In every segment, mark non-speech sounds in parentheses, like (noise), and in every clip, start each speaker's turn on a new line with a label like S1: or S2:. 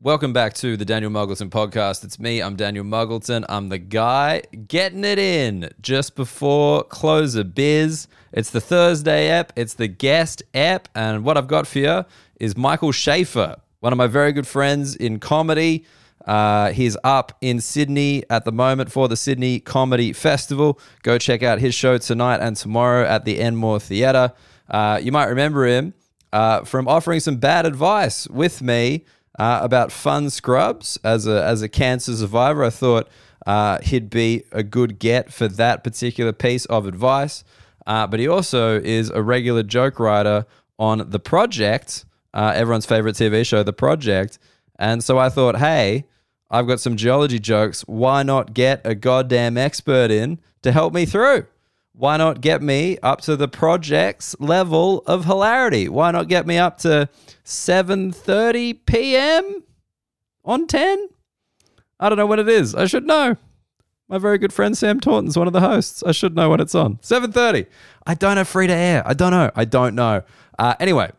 S1: Welcome back to the Daniel Muggleton podcast. It's me. I'm Daniel Muggleton. I'm the guy getting it in just before close of biz. It's the Thursday app. It's the guest app, and what I've got for you is Michael Schaefer, one of my very good friends in comedy. Uh, he's up in Sydney at the moment for the Sydney Comedy Festival. Go check out his show tonight and tomorrow at the Enmore Theatre. Uh, you might remember him uh, from offering some bad advice with me uh, about fun scrubs as a as a cancer survivor. I thought uh, he'd be a good get for that particular piece of advice. Uh, but he also is a regular joke writer on The Project, uh, everyone's favorite TV show, The Project. And so I thought, hey, I've got some geology jokes. Why not get a goddamn expert in to help me through? Why not get me up to the project's level of hilarity? Why not get me up to 7:30 p.m. on 10? I don't know when it is. I should know. My very good friend Sam Taunton's one of the hosts. I should know when it's on. 7:30. I don't have free to air. I don't know. I don't know. Uh, anyway,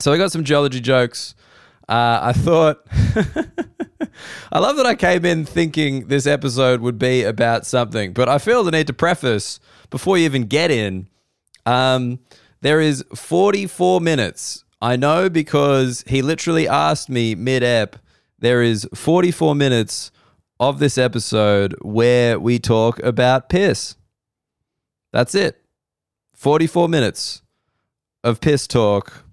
S1: so I got some geology jokes. Uh, I thought, I love that I came in thinking this episode would be about something, but I feel the need to preface before you even get in. Um, there is 44 minutes. I know because he literally asked me mid ep, there is 44 minutes of this episode where we talk about piss. That's it. 44 minutes of piss talk,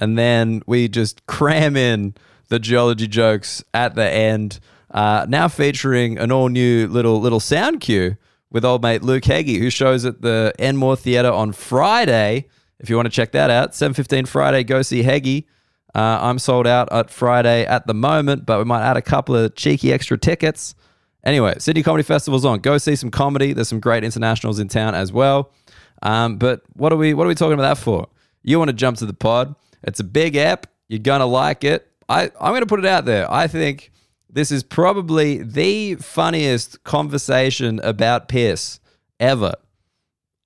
S1: and then we just (laughs) cram in the geology jokes at the end. Uh, now featuring an all new little little sound cue with old mate Luke Heggie, who shows at the Enmore Theatre on Friday. If you want to check that out, seven fifteen Friday, go see Heggie. Uh, I'm sold out at Friday at the moment, but we might add a couple of cheeky extra tickets. Anyway, Sydney Comedy Festival's on. Go see some comedy. There's some great internationals in town as well. Um, but what are we what are we talking about that for? You want to jump to the pod? It's a big app. You're gonna like it. I I'm gonna put it out there. I think this is probably the funniest conversation about piss ever.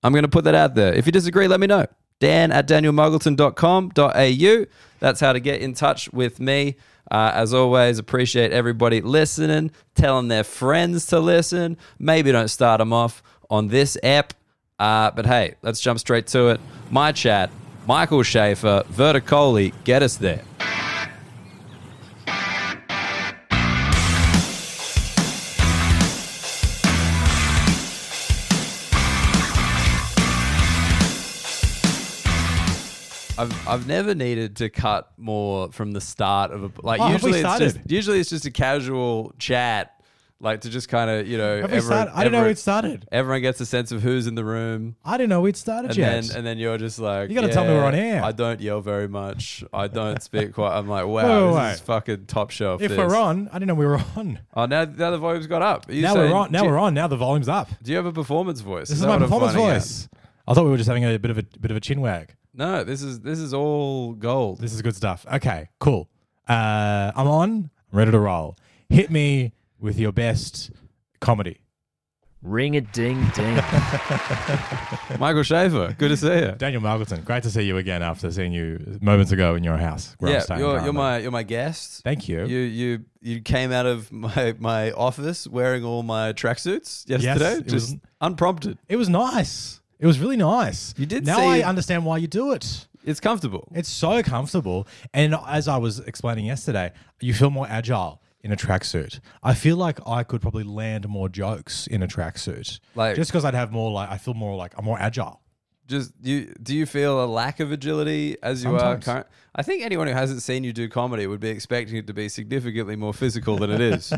S1: I'm going to put that out there. If you disagree, let me know. Dan at danielmuggleton.com.au. That's how to get in touch with me. Uh, as always, appreciate everybody listening, telling their friends to listen. Maybe don't start them off on this app. Uh, but hey, let's jump straight to it. My chat, Michael Schaefer, Verticoli, get us there. I've, I've never needed to cut more from the start of a like
S2: Oh, have we
S1: usually it's just
S2: started?
S1: usually it's just a casual chat like to just kind of you know
S2: Have we
S1: everyone,
S2: started? I didn't know
S1: everyone-
S2: it started.
S1: everyone gets a sense of who's in the room
S2: I didn't know it started
S1: and
S2: yet.
S1: then and then you're just like
S2: You gotta tell me we're on
S1: "Yeah,
S2: air."
S1: I don't yell very much I don't
S2: (laughs)
S1: speak quite I'm like wow
S2: Wait, wait,
S1: this
S2: wait.
S1: is fucking top shelf
S2: if
S1: this.
S2: we're on, I didn't know we were on.
S1: oh now now the volume's got up Are you
S2: Now
S1: saying-
S2: we're on. Now
S1: do, you-
S2: we're on. Now the volume's up.
S1: do you have a performance voice
S2: This is my
S1: what I'm
S2: performance
S1: finding out?
S2: voice. I thought we were just having a bit of a bit of a chin wag.
S1: no this is this is all gold
S2: This is good stuff. Okay, cool. Uh, I'm on. I'm ready to roll. Hit me with your best comedy.
S3: Ring a ding ding.
S1: Michael Schaefer good to see
S2: (laughs)
S1: you
S2: Daniel Margleton, great to see you again after seeing you moments ago in your house. Where I'm
S1: yeah
S2: staying
S1: you're, you're
S2: currently.
S1: my you're my guest
S2: Thank you.
S1: You you you came out of my my office wearing all my tracksuits yesterday,
S2: it
S1: just
S2: was-
S1: unprompted.
S2: It was nice. It was really nice.
S1: You did
S2: Now
S1: say-
S2: I understand why you do it.
S1: It's comfortable.
S2: It's so comfortable. And as I was explaining yesterday, you feel more agile in a tracksuit. I feel like I could probably land more jokes in a tracksuit.
S1: Like-
S2: just because I'd have more like I feel more like I'm more agile.
S1: Just you do you feel a lack of agility as you
S2: Sometimes.
S1: are current? I think anyone who hasn't seen you do comedy would be expecting it to be significantly more physical than it
S2: (laughs)
S1: is.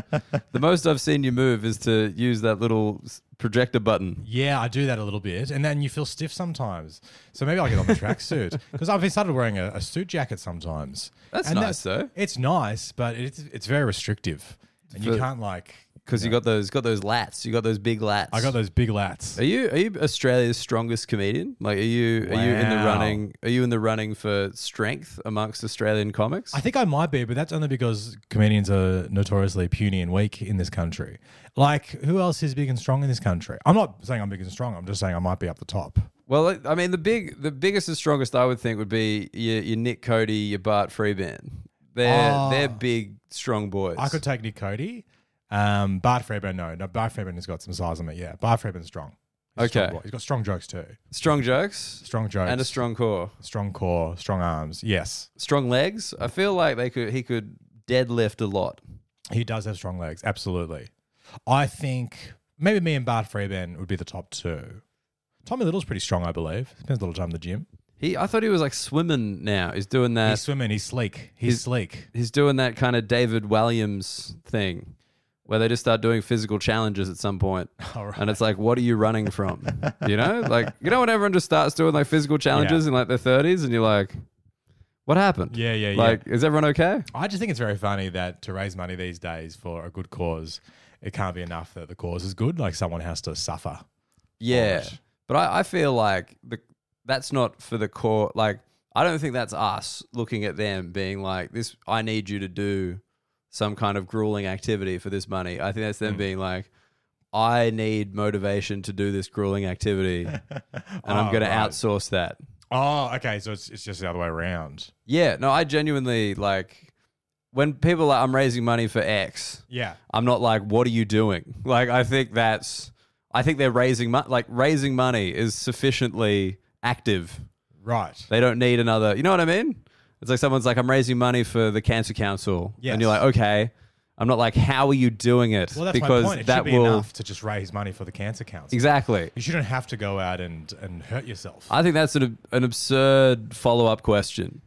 S1: the most I've seen you move is to use that little s- projector button.
S2: Yeah, I do that a little bit. And then you feel stiff sometimes. So maybe I'll get on
S1: (laughs)
S2: the tracksuit. Because I've started wearing a, a suit jacket sometimes.
S1: That's
S2: And
S1: nice though,
S2: It's nice, but it's it's very restrictive. And
S1: For-
S2: you can't like
S1: because you got those got those lats. You got those big lats.
S2: I got those big lats.
S1: Are you are you Australia's strongest comedian? Like, are you are you in the
S2: Wow.
S1: running? Are you in the running for strength amongst Australian comics?
S2: I think I might be, but that's only because comedians are notoriously puny and weak in this country. Like, who else is big and strong in this country? I'm not saying I'm big and strong. I'm just saying I might be up the top.
S1: well, I- I mean, the big, the biggest and strongest I would think would be your, your Nick Cody, your Bart Freeman. They're
S2: Ah.
S1: they're big strong boys.
S2: I could take Nick Cody. Um, Bart Fairbairn, no, no. Bart Fairbairn has got some size on it. Yeah, Bart Fairbairn's strong. He's a strong
S1: Okay.
S2: boy. he's got strong jokes too.
S1: strong jokes
S2: Strong jokes
S1: and a strong core,
S2: strong core, strong arms. Yes,
S1: strong legs. I feel like they could he could deadlift a lot.
S2: he does have strong legs. Absolutely. I think maybe me and Bart Fairbairn would be the top two. Tommy Little's pretty strong, I believe. Spends a lot of time in the gym.
S1: He I thought he was like swimming now. He's doing that.
S2: He's swimming. He's sleek. He's,
S1: (laughs)
S2: sleek.
S1: he's doing that kind of David Williams thing where they just start doing physical challenges at some point.
S2: All
S1: (laughs)
S2: right.
S1: And it's like, what are you running from? you know, like, you know, when everyone just starts doing like physical challenges
S2: Yeah.
S1: in like their 30s and you're like, what happened?
S2: Yeah, yeah, yeah.
S1: Like, is everyone okay?
S2: I just think it's very funny that to raise money these days for a good cause, it can't be enough that the cause is good. Like someone has to suffer.
S1: Yeah.
S2: Right.
S1: But I, I feel like the, that's not for the core. Like, I don't think that's us looking at them being like, this, I need you to do some kind of grueling activity for this money. I think that's
S2: Mm.
S1: them being like, I need motivation to do this grueling
S2: (laughs)
S1: activity and I'm
S2: Oh,
S1: going to
S2: right.
S1: outsource that.
S2: Oh, okay. So it's, it's just the other way around.
S1: Yeah. No, I genuinely like when people are like, I'm raising money for X,
S2: Yeah.
S1: I'm not like, what are you doing? (laughs) Like, I think that's, I think they're raising money. Like, raising money is sufficiently active.
S2: Right.
S1: They don't need another, you know what I mean? It's like someone's like, I'm raising money for the Cancer Council.
S2: Yes.
S1: And you're like, okay. I'm not like, how are you doing it?
S2: Well, that's
S1: because
S2: my point. It
S1: that
S2: should be
S1: will.
S2: enough to just raise money for the cancer council.
S1: Exactly.
S2: You shouldn't have to go out and, and hurt yourself.
S1: I think that's an, an absurd follow up question.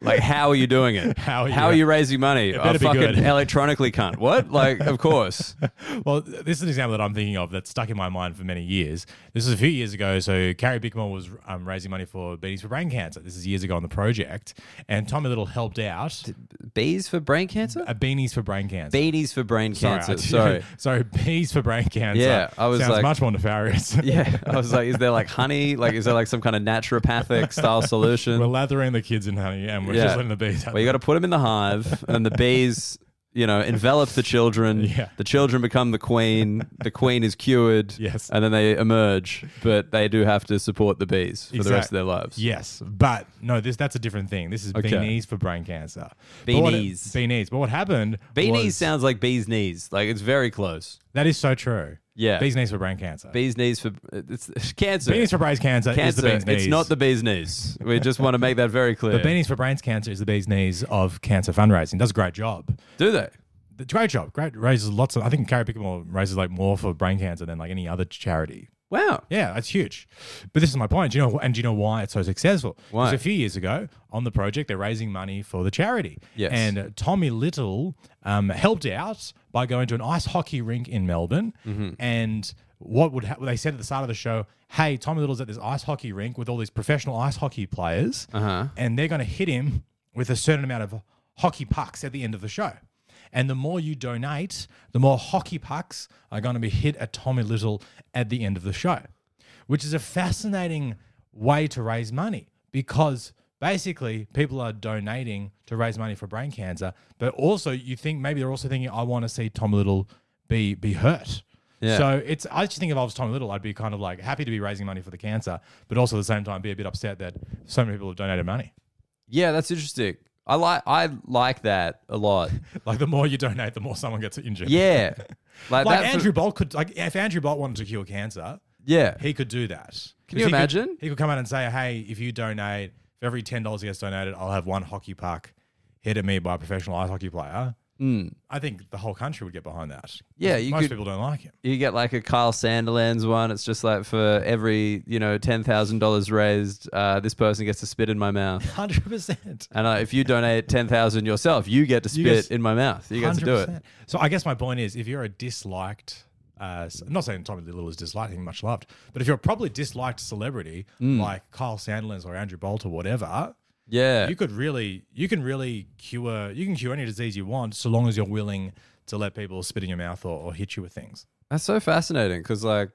S1: Like, how are you doing it?
S2: (laughs) How are you-
S1: raising money? I
S2: better be
S1: fucking
S2: good.
S1: electronically cunt. What? Like,
S2: (laughs)
S1: of course.
S2: well, this is an example that I'm thinking of that's stuck in my mind for many years. This is a few years ago. So Carrie Bickmore was um, raising money for Beatties for Brain Cancer. This is years ago on the project, and Tommy Little helped out.
S1: Bees for brain cancer?
S2: A beanies for brain cancer.
S1: Beanies for brain
S2: I
S1: cancer.
S2: did- (laughs)
S1: Sorry.
S2: sorry, bees for brain cancer.
S1: Yeah, I was
S2: Sounds
S1: like-
S2: much more nefarious.
S1: (laughs) Yeah. I was like, is there like honey? Like, is there like some kind of
S2: (laughs)
S1: naturopathic style solution?
S2: (laughs) we're lathering the kids in honey, and we're
S1: Yeah.
S2: just letting the bees out.
S1: Well, you got to put them in the hive, and the bees, you know, envelop the children.
S2: Yeah.
S1: The children become the queen. The queen is cured.
S2: Yes.
S1: And then they emerge, but they do have to support the bees for the rest of
S2: Exact-
S1: their lives.
S2: Yes, but no, this that's a different thing. This is
S1: Okay.
S2: beanies for brain cancer. But what-
S1: Beanies.
S2: beanies. But what happened?
S1: Bee
S2: was-
S1: knees sounds like bees knees. Like it's very close.
S2: That is so true.
S1: Yeah.
S2: Bees knees for brain cancer.
S1: Bees knees for it's cancer.
S2: Beanies for brain cancer, is
S1: cancer.
S2: the bees knees.
S1: It's not the bees knees. We just want to make that very clear.
S2: But Beanies for Brains Cancer is the bees knees of cancer fundraising. Does a great job.
S1: do they?
S2: The- Great job. Great raises lots of. I think Carrie Pickamore raises like more for brain cancer than like any other charity.
S1: Wow.
S2: Yeah, that's huge. But this is my point. Do you know and do you know why it's so successful?
S1: Why?
S2: Because a few years ago on the project, they're raising money for the charity.
S1: Yes.
S2: And uh, Tommy Little um, helped out by going to an ice hockey rink in Melbourne. And what would ha- they said at the start of the show? Hey, Tommy Little's at this ice hockey rink with all these professional ice hockey players, uh-huh. and they're going to hit him with a certain amount of hockey pucks at the end of the show. And the more you donate, the more hockey pucks are going to be hit at Tommy Little at the end of the show, which is a fascinating way to raise money because basically people are donating to raise money for brain cancer. But also, you think maybe they're also thinking, I want to see Tommy Little be be hurt.
S1: Yeah.
S2: So it's I just think if I was Tommy Little, I'd be kind of like happy to be raising money for the cancer, but also at the same time be a bit upset that so many people have donated money. (laughs)
S1: Yeah, that's interesting. I like I like that a lot.
S2: Like the more you donate, the more someone gets injured. (laughs)
S1: Yeah. Like,
S2: like
S1: that for-
S2: Andrew Bolt could like if Andrew Bolt wanted to cure cancer,
S1: yeah.
S2: he could do that.
S1: Can you
S2: He could-
S1: imagine?
S2: he could come out and say, "Hey, if you donate, if every ten dollars gets donated, I'll have one hockey puck hit at me by a professional ice hockey player." I think the whole country would get behind that.
S1: Hmm. Yeah, you
S2: most
S1: could-
S2: people don't like him.
S1: you get like a Kyle Sanderlands one. It's just like for every you know ten thousand dollars raised, uh, this person gets to spit in my mouth.
S2: Hundred percent.
S1: And uh, if you donate ten thousand yourself, you get to spit
S2: You get s-
S1: in my mouth. You get to do it.
S2: So I guess my point is, if you're a disliked, uh, s- I'm not saying Tommy Little is disliked, he's much loved, but if you're a probably disliked celebrity
S1: Hmm.
S2: like Kyle Sandilands or Andrew Bolt or whatever,
S1: Yeah,
S2: you could really, you can really cure, you can cure any disease you want, so long as you're willing to let people spit in your mouth or, or hit you with things.
S1: that's so fascinating because like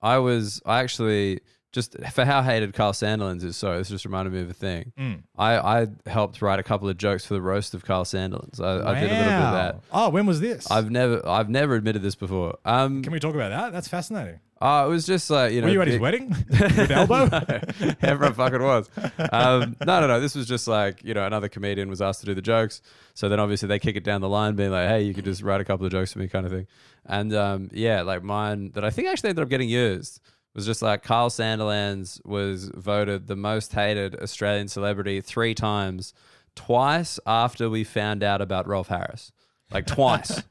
S1: I was I actually just for how hated Carl Sandilands is. So this just reminded me of a thing.
S2: Mm.
S1: I, I helped write a couple of jokes for the roast of Carl Sandilands. I, I did a little bit of that.
S2: Oh, when was this?
S1: I've never I've never admitted this before. Um,
S2: Can we talk about that? That's fascinating.
S1: uh, it was just like you know,
S2: Were you at his
S1: big- (laughs)
S2: wedding with elbow? (laughs)
S1: Everyone fucking was. Um, no, no, no. This was just like, you know, another comedian was asked to do the jokes. So then obviously they kick it down the line, being like, hey, you could just write a couple of jokes for me, kind of thing. And um, yeah, like mine that I think actually ended up getting used was just like Carl Sanderlands was voted the most hated Australian celebrity three times, twice after we found out about Rolf Harris. Like twice.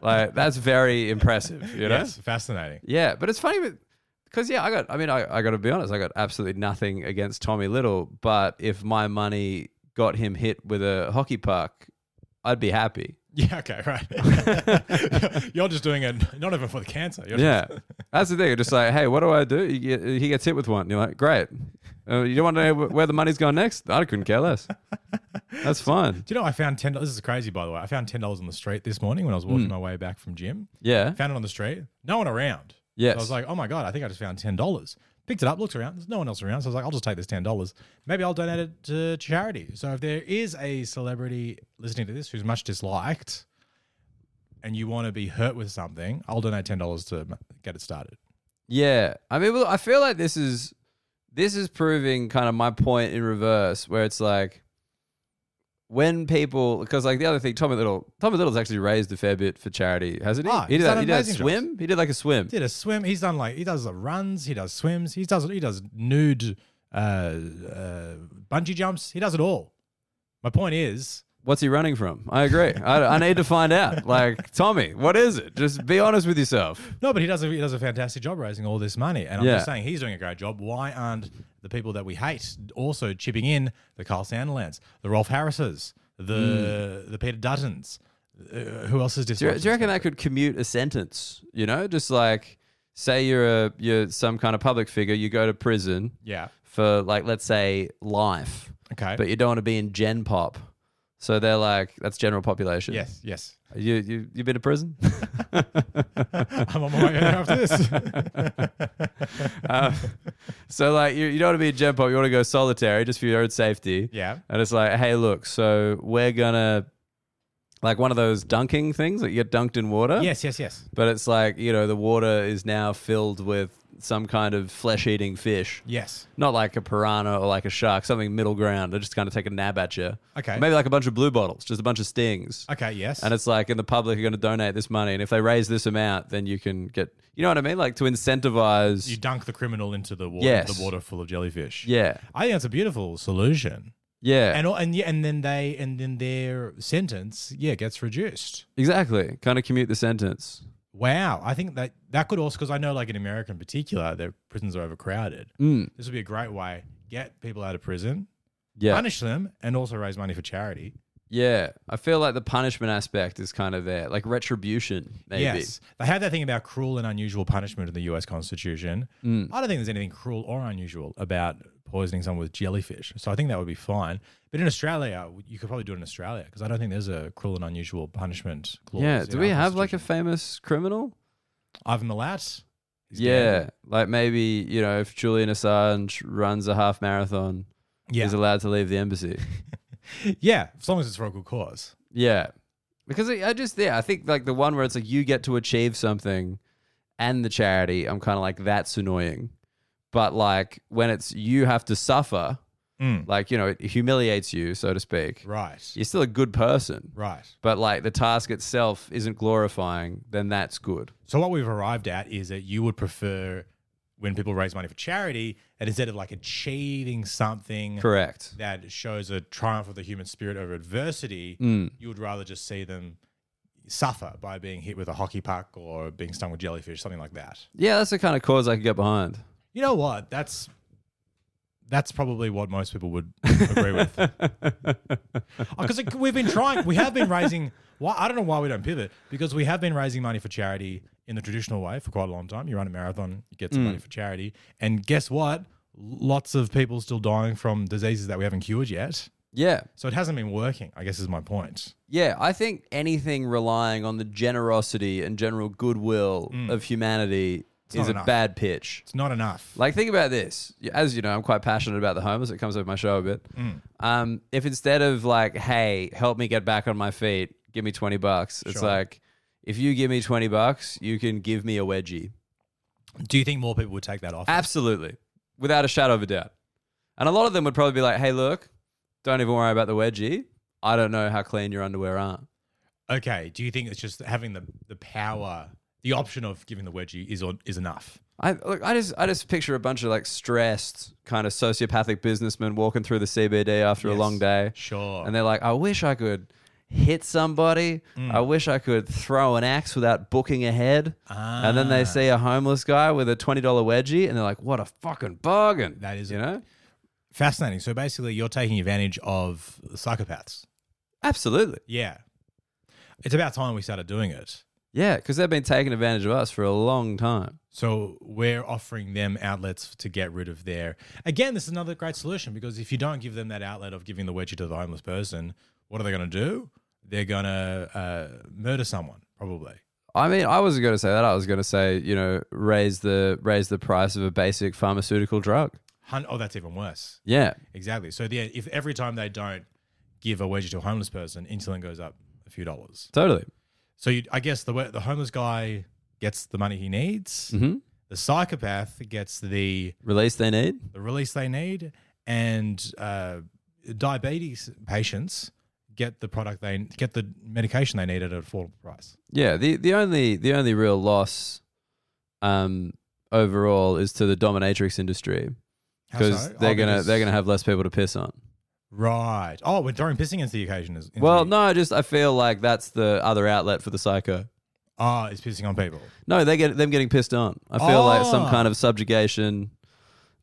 S1: like that's very impressive, you know?
S2: Yes, fascinating.
S1: Yeah, but it's funny because yeah, I got. I mean, I, I got to be honest. I got absolutely nothing against Tommy Little, but if my money got him hit with a hockey puck, I'd be happy.
S2: Yeah, okay, right. (laughs) You're just doing it not even for the cancer. You're
S1: Yeah, that's the thing. Just like, hey, what do I do? You get, he gets hit with one. You're like, great. Uh, you don't want to know where the money's going next. I couldn't care less. That's fine.
S2: Do you know I found ten? This is crazy, by the way. I found ten dollars on the street this morning when I was walking
S1: Hmm.
S2: my way back from gym.
S1: Yeah.
S2: Found it on the street. No one around.
S1: Yes.
S2: So I was like, oh my god, I think I just found ten dollars. Picked it up, looked around. There's no one else around. So I was like, I'll just take this ten dollars. Maybe I'll donate it to charity. So if there is a celebrity listening to this who's much disliked, and you want to be hurt with something, I'll donate ten dollars to m- get it started.
S1: Yeah, I mean, well, I feel like this is this is proving kind of my point in reverse, where it's like when people, because like the other thing, Tommy Little, Tommy Little's actually raised a fair bit for charity, hasn't he?
S2: Ah,
S1: he
S2: he's
S1: did,
S2: done
S1: that, he did that
S2: amazing jobs.
S1: swim. He did like a swim.
S2: Did a swim. He's done like he does the runs. He does swims. He does he does nude uh, uh, bungee jumps. He does it all. My point is,
S1: What's he running from? I
S2: (laughs)
S1: agree. I, I need to find out. Like Tommy, what is it? Just be honest with yourself.
S2: No, but he does a, he does a fantastic job raising all this money, and I'm
S1: Yeah.
S2: just saying he's doing a great job. Why aren't the people that we hate also chipping in? The Carl Sandilands, the Rolf Harrises, the the Peter Duttons. Uh, who else is
S1: Mm. Do you,
S2: disliked?
S1: do you reckon that could commute a sentence? You know, just like say you're a you're some kind of public figure, you go to prison
S2: Yeah.
S1: for like let's say life.
S2: Okay.
S1: but you don't want to be in Gen Pop. So they're like, that's general population.
S2: yes. Yes. (laughs)
S1: You you you been to prison? (laughs)
S2: I'm on my way after this. (laughs)
S1: Uh, so like you, you don't want to be in Gen Pop. You want to go solitary just for your own safety.
S2: yeah.
S1: And it's like, hey, look, so we're gonna like one of those dunking things that you get dunked in water.
S2: Yes. Yes. Yes.
S1: But it's like you know the water is now filled with some kind of flesh-eating fish.
S2: Yes.
S1: Not like a piranha or like a shark, something middle ground. They just kind of take a nab at you.
S2: Okay.
S1: Maybe like a bunch of blue bottles, just a bunch of stings.
S2: Okay. Yes.
S1: And it's like, and the public are going to donate this money. And if they raise this amount, then you can get, you know what I mean? Like to incentivize.
S2: you dunk the criminal into the water,
S1: Yes.
S2: the water full of jellyfish.
S1: yeah.
S2: I think that's a beautiful solution.
S1: Yeah.
S2: And all- and yeah, and then they and then their sentence yeah gets reduced.
S1: exactly. Kind of commute the sentence.
S2: Wow, I think that that could also because I know like in America in particular, their prisons are overcrowded.
S1: Mm.
S2: This would be a great way get people out of prison,
S1: Yeah.
S2: punish them, and also raise money for charity.
S1: yeah. I feel like the punishment aspect is kind of there, like retribution, maybe.
S2: Yes, they have that thing about cruel and unusual punishment in the U.S. Constitution.
S1: Mm.
S2: I don't think there's anything cruel or unusual about poisoning someone with jellyfish, so I think that would be fine. But in Australia, you could probably do it in Australia because I don't think there's a cruel and unusual punishment clause.
S1: Yeah. Do
S2: in
S1: we
S2: our
S1: have like a
S2: Constitution.
S1: famous criminal?
S2: Ivan Milat? He's
S1: Yeah.
S2: dead.
S1: Like maybe, you know, if Julian Assange runs a half marathon,
S2: yeah,
S1: he's allowed to leave the embassy.
S2: (laughs) yeah. As long as it's for a good cause.
S1: Yeah. Because I I just, yeah, I think like the one where it's like you get to achieve something and the charity, I'm kind of like, that's annoying. But like when it's you have to suffer,
S2: Mm.
S1: like, you know, it humiliates you, so to speak,
S2: Right.
S1: you're still a good person.
S2: Right.
S1: But like the task itself isn't glorifying, then that's good.
S2: So what we've arrived at is that you would prefer when people raise money for charity that instead of like achieving something
S1: Correct.
S2: that shows a triumph of the human spirit over adversity,
S1: Mm.
S2: you would rather just see them suffer by being hit with a hockey puck or being stung with jellyfish, something like that.
S1: Yeah, that's the kind of cause I could get behind.
S2: You know what? That's that's probably what most people would agree with. Because we've been trying, we have been raising. Why I don't know why we don't pivot because we have been raising money for charity in the traditional way for quite a long time. You run a marathon, you get some money for charity, and guess what? Lots of people still dying from diseases that we haven't cured yet.
S1: Yeah.
S2: So it hasn't been working. I guess is my point.
S1: Yeah, I think anything relying on the generosity and general goodwill of humanity is
S2: Mm. not
S1: a
S2: enough.
S1: bad pitch.
S2: It's not enough.
S1: Like, think about this. As you know, I'm quite passionate about the homeless. It comes up in my show a bit.
S2: Mm.
S1: Um, if instead of like, hey, help me get back on my feet, give me 20 bucks, it's
S2: Sure.
S1: like, if you give me 20 bucks, you can give me a wedgie.
S2: Do you think more people would take that off?
S1: Absolutely. Without a shadow of a doubt. And a lot of them would probably be like, hey, look, don't even worry about the wedgie. I don't know how clean your underwear are.
S2: Okay. Do you think it's just having the the power, the option of giving the wedgie is on is enough?
S1: I look, I just I just picture a bunch of like stressed kind of sociopathic businessmen walking through the CBD after a
S2: Yes.
S1: long day.
S2: Sure.
S1: And they're like, I wish I could hit somebody.
S2: Mm.
S1: I wish I could throw an axe without booking ahead. And then
S2: Ah.
S1: they see a homeless guy with a $20 wedgie and they're like, what a fucking bargain.
S2: That is
S1: you
S2: a-
S1: know?
S2: Fascinating. So basically, you're taking advantage of psychopaths.
S1: Absolutely.
S2: Yeah. It's about time we started doing it.
S1: Yeah, because they've been taking advantage of us for a long time.
S2: So we're offering them outlets to get rid of their. Again, this is another great solution because if you don't give them that outlet of giving the wedgie to the homeless person, what are they going to do? They're going to uh, murder someone, probably.
S1: I mean, I wasn't going to say that. I was going to say, you know, raise the raise the price of a basic pharmaceutical drug.
S2: Hun- oh, that's even worse.
S1: Yeah,
S2: Exactly. So the, if every time they don't give a wedgie to a homeless person, insulin goes up a few dollars.
S1: totally.
S2: So you, I guess the we- the homeless guy gets the money he needs.
S1: Mm-hmm.
S2: The psychopath gets the
S1: Release they need.
S2: the release they need, and uh, diabetes patients get the product they get the medication they need at an affordable price.
S1: Yeah. the the only the only real loss, um, overall is to the dominatrix industry
S2: How
S1: because
S2: so?
S1: they're
S2: Oh,
S1: gonna
S2: because-
S1: they're gonna have less people to piss on.
S2: right. Oh, we're throwing pissing into the occasion. Is, into
S1: Well,
S2: the-
S1: no, I just I feel like that's the other outlet for the psycho.
S2: Ah, it's pissing on people.
S1: No, they get them getting pissed on. I feel like some
S2: Oh.
S1: kind of subjugation,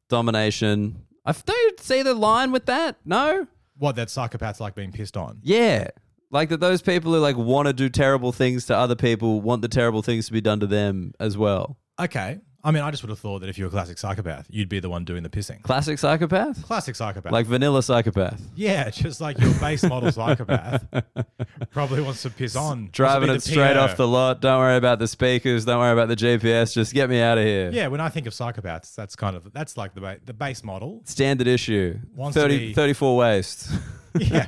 S1: domination. I f- don't see the line with that. No.
S2: What that psychopaths like being pissed on.
S1: Yeah. Like that those people who like want to do terrible things to other people want the terrible things to be done to them as well.
S2: Okay. I mean, I just would have thought that if you were a classic psychopath, you'd be the one doing the pissing.
S1: Classic psychopath?
S2: Classic psychopath.
S1: Like vanilla psychopath.
S2: yeah, (laughs) just like your base model psychopath
S1: (laughs)
S2: probably wants to piss on.
S1: Driving it
S2: Wants to be
S1: straight
S2: PO.
S1: off the lot. Don't worry about the speakers. Don't worry about the GPS. Just get me out of here.
S2: Yeah, when I think of psychopaths, that's kind of that's like the ba- the base model. (laughs)
S1: Standard issue.
S2: Wants to
S1: 30,
S2: be-
S1: 34
S2: (laughs)
S1: waste.
S2: yeah,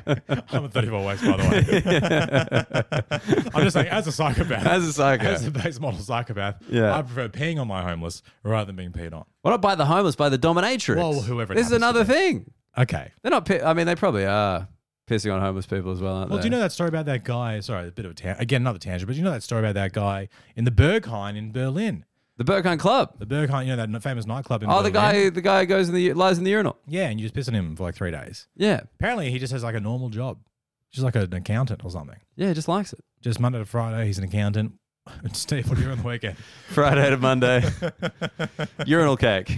S2: I'm a 34 waist, by the way.
S1: (laughs)
S2: I'm just saying, as a psychopath,
S1: As a psycho.
S2: as a base model psychopath,
S1: Yeah.
S2: I prefer peeing on my homeless rather than being peed on.
S1: Well, not by the homeless, by the dominatrix.
S2: Well, whoever it
S1: This is
S2: happens to
S1: another
S2: be.
S1: thing.
S2: Okay.
S1: They're not. Pi- I mean, they probably are pissing on homeless people as well, aren't
S2: Well,
S1: they?
S2: do you know that story about that guy? Sorry, a bit of a tan- again another tangent, but you know that story about that guy in the Berghain in Berlin,
S1: the Berghain Club?
S2: the Berghain, you know that famous nightclub in
S1: Oh,
S2: Berlin.
S1: the guy, who- the guy who goes in the lies in the urinal.
S2: Yeah, and you just piss on him for like three days.
S1: Yeah,
S2: Apparently, he just has like a normal job, just like an accountant or something.
S1: yeah, just likes
S2: (laughs)
S1: it.
S2: Just Monday to Friday, he's an accountant. (laughs) Steve, what are you doing on the weekend? (laughs)
S1: Friday to Monday, urinal cake.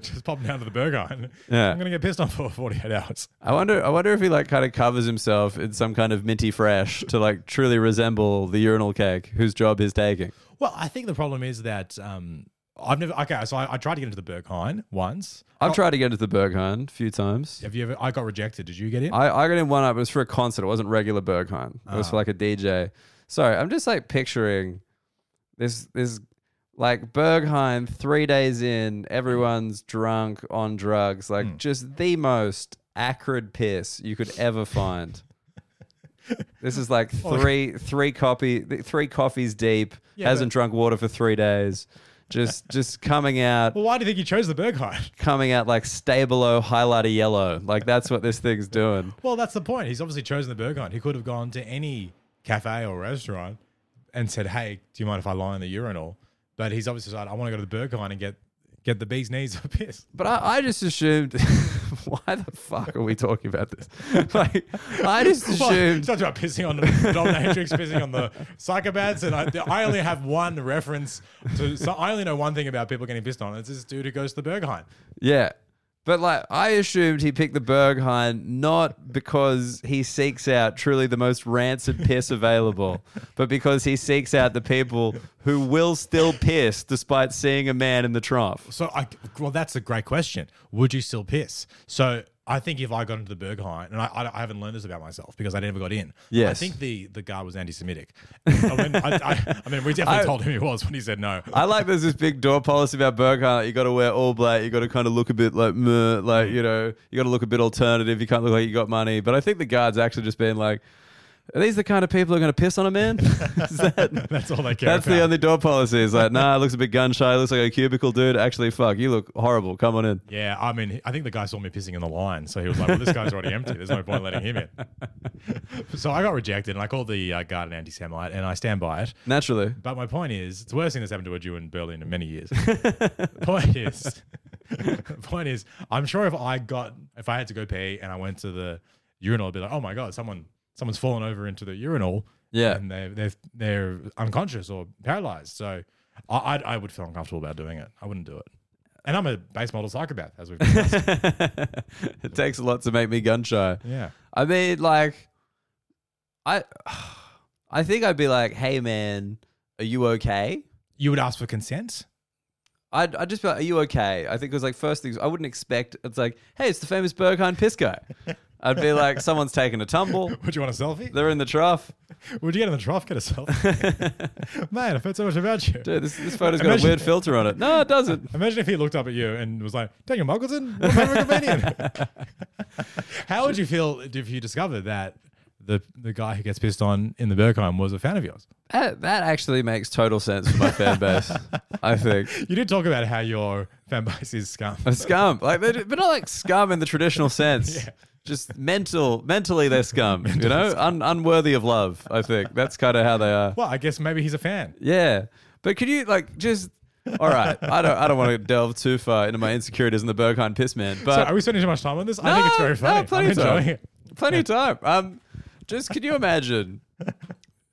S2: just popping down to the burger. And
S1: Yeah.
S2: I'm going to get pissed on for 48 hours.
S1: I wonder. I wonder if he like kind of covers himself in some kind of minty fresh to like truly resemble the urinal cake whose job he's taking.
S2: Well, I think the problem is that um, I've never. Okay, so I, I tried to get into the Berghain once.
S1: I've tried to get into the Berghain a few times.
S2: Have you ever? I got rejected. Did you get in?
S1: I, I got in one up. It was for a concert. It wasn't regular Berghain. It was for like a DJ. Sorry, I'm just like picturing this this like Berghain three days in, everyone's drunk on drugs, like just the most acrid piss you could ever find. this is like three three copy three coffees deep.
S2: Yeah,
S1: hasn't drunk water for three days. Just just coming out
S2: well, why do you think you chose the Berghain?
S1: coming out like Stabilo highlighter yellow. Like that's what this thing's doing.
S2: Well, that's the point. He's obviously chosen the Berghain. He could have gone to any cafe or restaurant and said, "Hey, do you mind if I lie in the urinal?" But he's obviously decided, "I want to go to the Berghain and get get the bee's knees (laughs) of piss."
S1: But I, I just assumed. (laughs) why the fuck are we talking about this? (laughs) like, I just
S2: Well,
S1: assumed.
S2: it's not about pissing on the dominatrix, pissing on the psychopaths, and I, I only have one reference to. So I only know one thing about people getting pissed on. It's this dude who goes to the Berghain.
S1: Yeah. But like, I assumed he picked the Berghain not because he seeks out truly the most rancid piss available, but because he seeks out the people who will still piss despite seeing a man in the trough.
S2: So I, well, that's a great question. Would you still piss? So I think if I got into the Berghain, and I, I, I haven't learned this about myself because I never got in. I
S1: Yes.
S2: think the, the guard was anti-Semitic. I, mean, I, I, I mean, we definitely
S1: I-
S2: told him he was when he said no.
S1: I like there's this big door policy about Burkhart. You got to wear all black. You got to kind of look a bit like, meh, like you know, you got to look a bit alternative. You can't look like you got money. But I think the guards actually just being like, are these the kind of people who are going to piss on a man? (laughs) Is that-
S2: (laughs) That's all they care
S1: that's
S2: about.
S1: the only door policy. It's like, nah, it looks a bit gun shy. Looks like a cubicle dude. Actually, fuck, you look horrible. Come on in.
S2: yeah, I mean, I think the guy saw me pissing in the line, so he was like, "Well, this guy's already empty. There's no point letting him in."
S1: (laughs)
S2: so I got rejected, and I called the uh, guard an anti-Semite, and I stand by it.
S1: Naturally. (laughs)
S2: But my point is, it's the worst thing that's happened to a Jew in Berlin in many years. point is, (laughs) point is, I'm sure if I got, if I had to go pee and I went to the urinal, I'd be like, oh my god, someone, someone's fallen over into the urinal,
S1: Yeah.
S2: and they they they're unconscious or paralyzed. So I I'd, I would feel uncomfortable about doing it. I wouldn't do it. And I'm a base model psychopath, as
S1: (laughs)
S2: we've discussed.
S1: it takes a lot to make me gun shy.
S2: yeah.
S1: I mean, like, I, (sighs) I think I'd be like, hey man, are you okay?
S2: You would ask for consent. (laughs)
S1: I'd, I'd just be like, are you okay? I think it was like first things I wouldn't expect. It's like, hey, it's the famous Berghain piss (laughs) guy. I'd be like, someone's taking a tumble.
S2: Would you want a selfie?
S1: They're in the trough.
S2: Would you get in the trough, get a
S1: (laughs)
S2: selfie? (laughs) Man, I've heard so much about you.
S1: Dude, this, this photo's got
S2: Imagine-
S1: a weird filter on it. No, it doesn't.
S2: Imagine if he looked up at you and was like, Daniel Muggleton, what kind of comedian?
S1: (laughs)
S2: How would you feel if you discovered that the the guy who gets pissed on in the Bergheim was a fan of yours?
S1: That, that actually makes total sense for my (laughs) fan base, I think.
S2: You did talk about how your fan base is scum.
S1: A scum. Like they're, but not like scum in the traditional sense. Just mental, mentally they're scum, you know? Un, unworthy of love, I think. That's kind of how they are.
S2: Well, I guess maybe he's a fan.
S1: Yeah, but could you like just? All right, I don't. I don't want to delve too far into my insecurities in the Berghain piss man,
S2: So
S1: but
S2: are we spending too much time on this? I think it's very funny.
S1: plenty
S2: I'm
S1: of time.
S2: enjoying it.
S1: Plenty of time. Um, just could you imagine?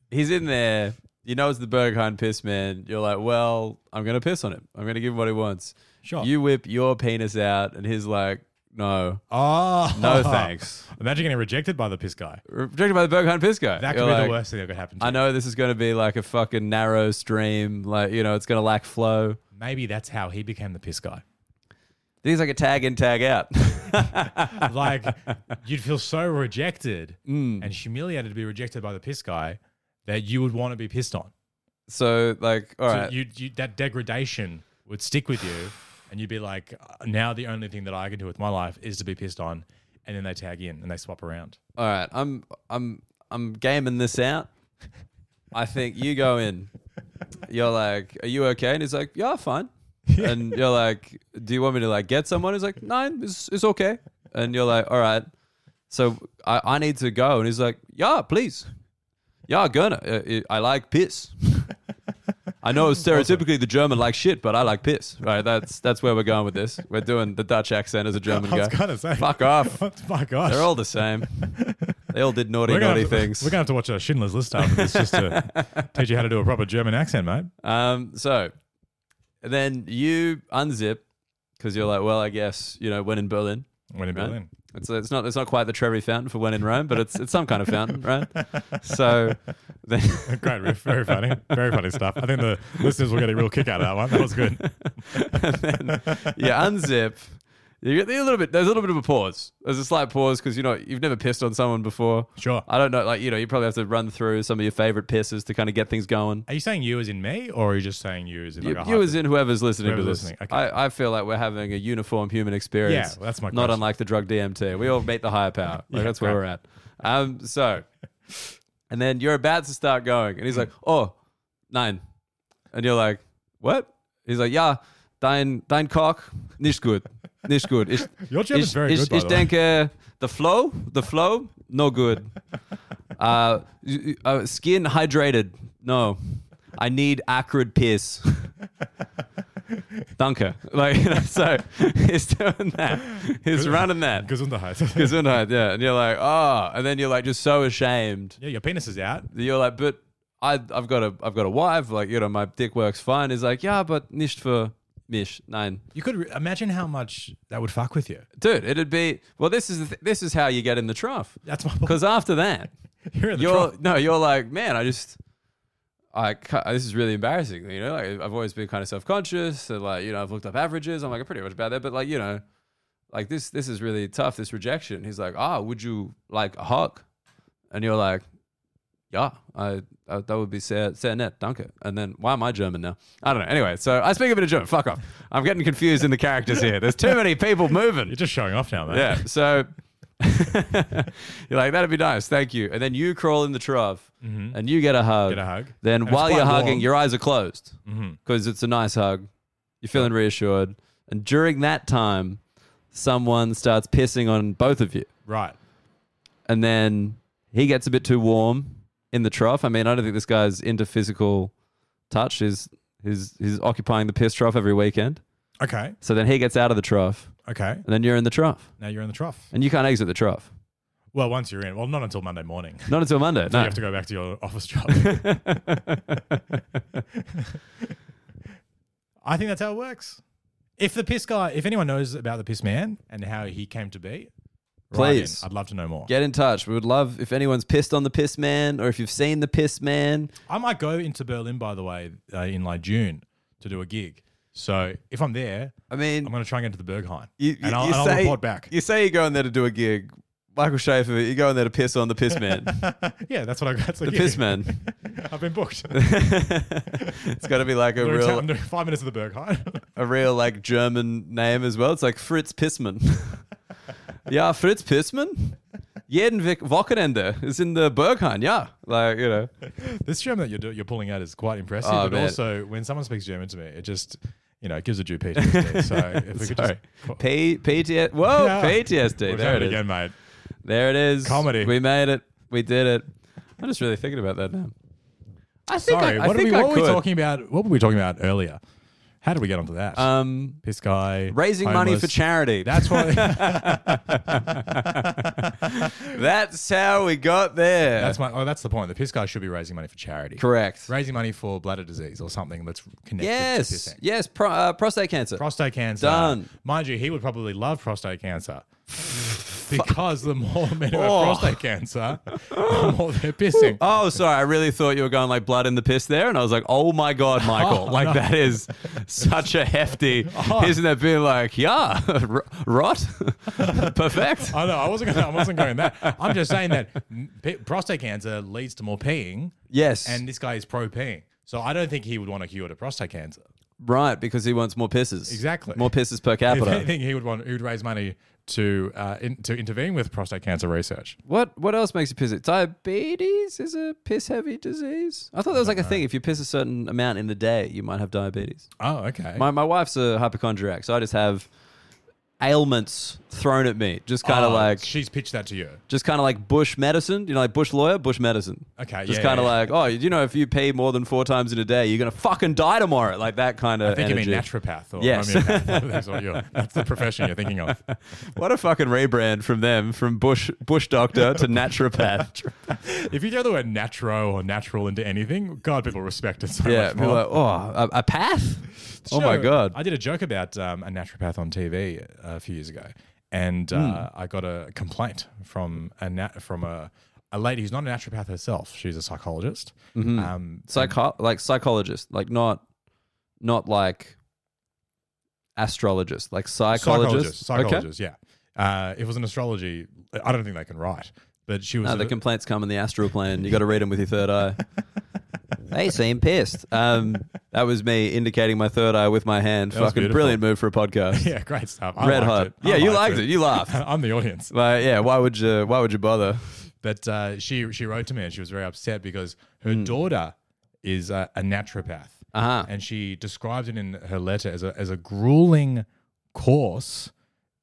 S1: He's in there. You know it's the Berghain piss man. You're like, well, I'm gonna piss on him. I'm gonna give him what he wants.
S2: Sure.
S1: You whip your penis out, and he's like, no,
S2: Oh
S1: no, thanks.
S2: Imagine getting rejected by the piss guy.
S1: Rejected by the Berghain piss guy.
S2: That could
S1: You're
S2: be
S1: like,
S2: the worst thing that could happen to
S1: I
S2: you.
S1: know this is gonna be like a fucking narrow stream. Like you know, it's gonna lack flow.
S2: Maybe that's how he became the piss guy.
S1: Things like a tag in, tag out. (laughs)
S2: like you'd feel so rejected
S1: (laughs) Mm.
S2: and humiliated to be rejected by the piss guy that you would want to be pissed on.
S1: so like, all
S2: So
S1: right,
S2: you, you that degradation would stick with you, and you'd be like, "Uh, now the only thing that I can do with my life is to be pissed on, and then they tag in and they swap around.
S1: all right, I'm I'm I'm gaming this out. I think you go in. You're like, are you okay? And he's like, yeah, fine. And you're like, do you want me to like get someone? He's like, nine, it's, it's okay. And you're like, all right. So I, I need to go. And he's like, yeah, please. Yeah, gonna. Uh, I like piss. I know stereotypically the German likes shit, but I like piss. Right? That's that's where we're going with this. We're doing the Dutch accent as a German
S2: (laughs) I
S1: guy.
S2: was gonna say,
S1: Fuck
S2: (laughs)
S1: off.
S2: my gosh,
S1: They're all the same. They all did naughty,
S2: We're gonna,
S1: naughty
S2: have to,
S1: things.
S2: we're gonna have to watch a Schindler's List after this
S1: (laughs)
S2: just to teach you how to do a proper German accent, mate.
S1: Um, so then you unzip because you're like, well, I guess you know when in Berlin.
S2: When in
S1: Right?
S2: Berlin,
S1: It's, it's not it's not quite the Trevi fountain for when in Rome, but it's it's some kind of fountain, right? So (laughs) then
S2: great riff, very funny, very funny stuff. I think the listeners will get a real kick out of that one. That was good.
S1: and then you unzip. You get a little bit. There's a little bit of a pause. There's a slight pause because you know you've never pissed on someone before.
S2: Sure.
S1: I don't know. Like you know, you probably have to run through some of your favorite pisses to kind of get things going.
S2: Are you saying you as in me, or are you just saying you as in
S1: You,
S2: like a
S1: you
S2: hyper-
S1: as in whoever's listening to
S2: Whoever's
S1: this.
S2: listening, okay.
S1: I, I feel like we're having a uniform human experience.
S2: Yeah, that's my
S1: Not
S2: question.
S1: unlike the drug DMT. We all meet the higher
S2: (laughs)
S1: power. Like,
S2: Yeah,
S1: that's where
S2: right.
S1: we're at. Um, so, and then you're about to start going, and he's like, oh, nine. And you're like, what? He's like, yeah, dein, dein Cock, nicht gut. Nicht gut. Ich,
S2: Your German's
S1: ich,
S2: very
S1: ich,
S2: good, by
S1: ich
S2: the way.
S1: denke, uh, the flow, the flow, no good.
S2: (laughs)
S1: Uh, y- y- uh, skin hydrated. No, I need acrid
S2: (laughs)
S1: piss. Dunker. Like (laughs) you know, so, he's doing that. He's running
S2: (laughs)
S1: that. (laughs)
S2: Gesundheit.
S1: Gesundheit, yeah. And you're like, oh, and then you're like just so ashamed.
S2: yeah, your penis is out.
S1: You're like, but I, I've got a, I've got a wife. Like you know, my dick works fine. He's like, yeah, but nicht für mich. Nein.
S2: You could re- imagine how much that would fuck with you.
S1: dude it'd be well this is the th- this is how you get in the trough
S2: That's my point.
S1: because after that
S2: (laughs) You're in the
S1: you're
S2: trough.
S1: no you're like man i just I ca- this is really embarrassing, you know. Like I've always been kind of self conscious, so like you know I've looked up averages. I'm like I'm pretty much about there, but like you know, like this this is really tough this rejection he's like ah would you like a hug and you're like yeah i, I that would be sehr, sehr nett danke and then why am i german now i don't know anyway so i speak a bit of german fuck off i'm getting confused in the characters here there's too many people moving
S2: You're just showing off now,
S1: (laughs)
S2: man.
S1: yeah. So you're like, that'd be nice. Thank you. And then you crawl in the trough and you get a hug.
S2: Mm-hmm. Get a hug. Mm-hmm.
S1: Then
S2: And it's
S1: while you're
S2: quite
S1: hugging,
S2: warm. Mm.
S1: your eyes are closed because it's a nice hug. You're feeling reassured. And during that time, someone starts pissing on both of you.
S2: Right.
S1: And then he gets a bit too warm in the trough. I mean, I don't think this guy's into physical touch. He's, he's, he's occupying the piss trough every weekend.
S2: Okay.
S1: So then he gets out of the trough
S2: Okay.
S1: and then you're in the trough
S2: Now you're in the trough.
S1: and you can't exit the trough.
S2: Well, once you're in, well, not until Monday morning.
S1: Not until Monday.
S2: You
S1: No.
S2: have to go back to your
S1: (laughs)
S2: office job. I think that's how it works. If the piss guy, if anyone knows about the piss man and how he came to be, write in.
S1: Please.
S2: I'd love to know more.
S1: Get in touch. We would love if anyone's pissed on the piss man or if you've seen the piss man.
S2: I might go into Berlin, by the way, uh, in like June to do a gig. So if I'm there,
S1: I
S2: I'm
S1: mean,
S2: going to try and get to the Berghain,
S1: you, you,
S2: and, I'll,
S1: you
S2: and
S1: say,
S2: I'll report back.
S1: You say you're going there to do a gig. Michael Schaefer, you're going there to piss on the piss
S2: (laughs)
S1: man.
S2: (laughs) yeah, that's what I got.
S1: the piss
S2: (laughs)
S1: man. (laughs)
S2: I've been booked. (laughs)
S1: it's got to be like a
S2: We're in town
S1: real,
S2: in five minutes of the Berghain. (laughs)
S1: a real like German name as well. It's like Fritz Pissman.
S2: (laughs)
S1: yeah, Fritz Pissman. Jeden Wik- Wochenende is in the Berghain. Yeah, like you know.
S2: this German that you're, do- you're pulling out is quite impressive,
S1: Oh,
S2: but
S1: man.
S2: also when someone speaks German to me, it just you know it gives a
S1: (laughs)
S2: due PTSD. so if we could just
S1: Sorry. P- PTS- Whoa,
S2: Yeah. (laughs)
S1: PTSD.
S2: We've
S1: There
S2: done
S1: it
S2: it
S1: is.
S2: again, mate.
S1: There it is.
S2: Comedy.
S1: We made it. We did it. I'm just really thinking about that now. I think
S2: Sorry,
S1: I, I
S2: what, are
S1: think
S2: we,
S1: I
S2: what were we
S1: could.
S2: talking about? What were we talking about earlier? How did we get onto that?
S1: Um,
S2: Piss guy
S1: raising money for
S2: homeless.
S1: charity.
S2: That's
S1: (laughs)
S2: what.
S1: That's how we got there.
S2: that's my. Oh, that's the point. The piss guy should be raising money for charity.
S1: Uh, correct.
S2: Raising money for bladder disease or something that's connected to
S1: Yes.
S2: pissing.
S1: Yes. Pro- uh, prostate cancer.
S2: Prostate cancer.
S1: Done.
S2: Mind you, he would probably love prostate
S1: (laughs)
S2: cancer. Because the more men who
S1: Oh.
S2: have prostate cancer, the more
S1: (laughs)
S2: they're pissing.
S1: Oh, sorry. I really thought you were going like blood in the piss there, and I was like, "Oh my god, Michael! like that is such a hefty,
S2: Oh.
S1: isn't it?" Being like, "Yeah, (laughs) r- rot, (laughs)
S2: (laughs)
S1: perfect."
S2: I know. I wasn't. Gonna, I wasn't going that. I'm just saying that p- prostate cancer leads to more peeing,
S1: Yes,
S2: and this guy is pro peeing. So I don't think he would want a cure to prostate cancer.
S1: right, because he wants more pisses.
S2: Exactly.
S1: more pisses per
S2: I
S1: capita.
S2: think he would want. He would raise money to uh, in, to intervene with prostate cancer research.
S1: What what else makes you piss? It diabetes is a piss heavy disease. I thought that was like a thing. If you piss a certain amount in the day, you might have diabetes.
S2: Oh, okay.
S1: My my wife's a hypochondriac, so I just have ailments thrown at me. Just kind of
S2: Oh,
S1: like
S2: she's pitched that to you.
S1: just kind of like bush medicine. You know, like bush lawyer, bush medicine.
S2: Okay,
S1: Just
S2: yeah,
S1: kind of
S2: yeah.
S1: like oh, you know, if you pee more than four times in a day, you're gonna fucking die tomorrow. Like that kind of.
S2: I think
S1: energy.
S2: you mean naturopath or
S1: Yes. (laughs)
S2: homeopath. that's, what you're, that's the profession you're thinking of.
S1: What a fucking rebrand from them, from bush bush doctor to
S2: (laughs)
S1: naturopath.
S2: If you throw the word "natro" or "natural" into anything, God, people respect it so
S1: yeah,
S2: much
S1: people
S2: more.
S1: are like oh, a, a path. Oh my
S2: show,
S1: god.
S2: I did a joke about um, a naturopath on TV a few years ago, and uh,
S1: Hmm.
S2: I got a complaint from a nat- from a, a lady who's not a naturopath herself. She's a psychologist.
S1: Mm-hmm.
S2: Um,
S1: psycho like psychologist, like not not like astrologist, like psychologist.
S2: psychologist, psychologist, yeah. Uh, it was an astrology. I don't think they can write, but she was.
S1: Okay. No,
S2: a-
S1: the complaints come in the astral plane.
S2: (laughs)
S1: You got to read them with your third eye. they seem pissed. Um, that was me indicating my third eye with my hand.
S2: was
S1: Fucking
S2: beautiful.
S1: brilliant move for a podcast.
S2: (laughs) yeah, great stuff. I
S1: Red
S2: liked
S1: hot.
S2: it. I
S1: Yeah, you liked it. You laughed.
S2: (laughs) I'm the audience.
S1: Like, yeah. Why would you? Why would you bother?
S2: But uh, she she wrote to me and she was very upset because her daughter is a, a naturopath,
S1: Hmm. Uh-huh.
S2: and she described it in her letter as a as a grueling course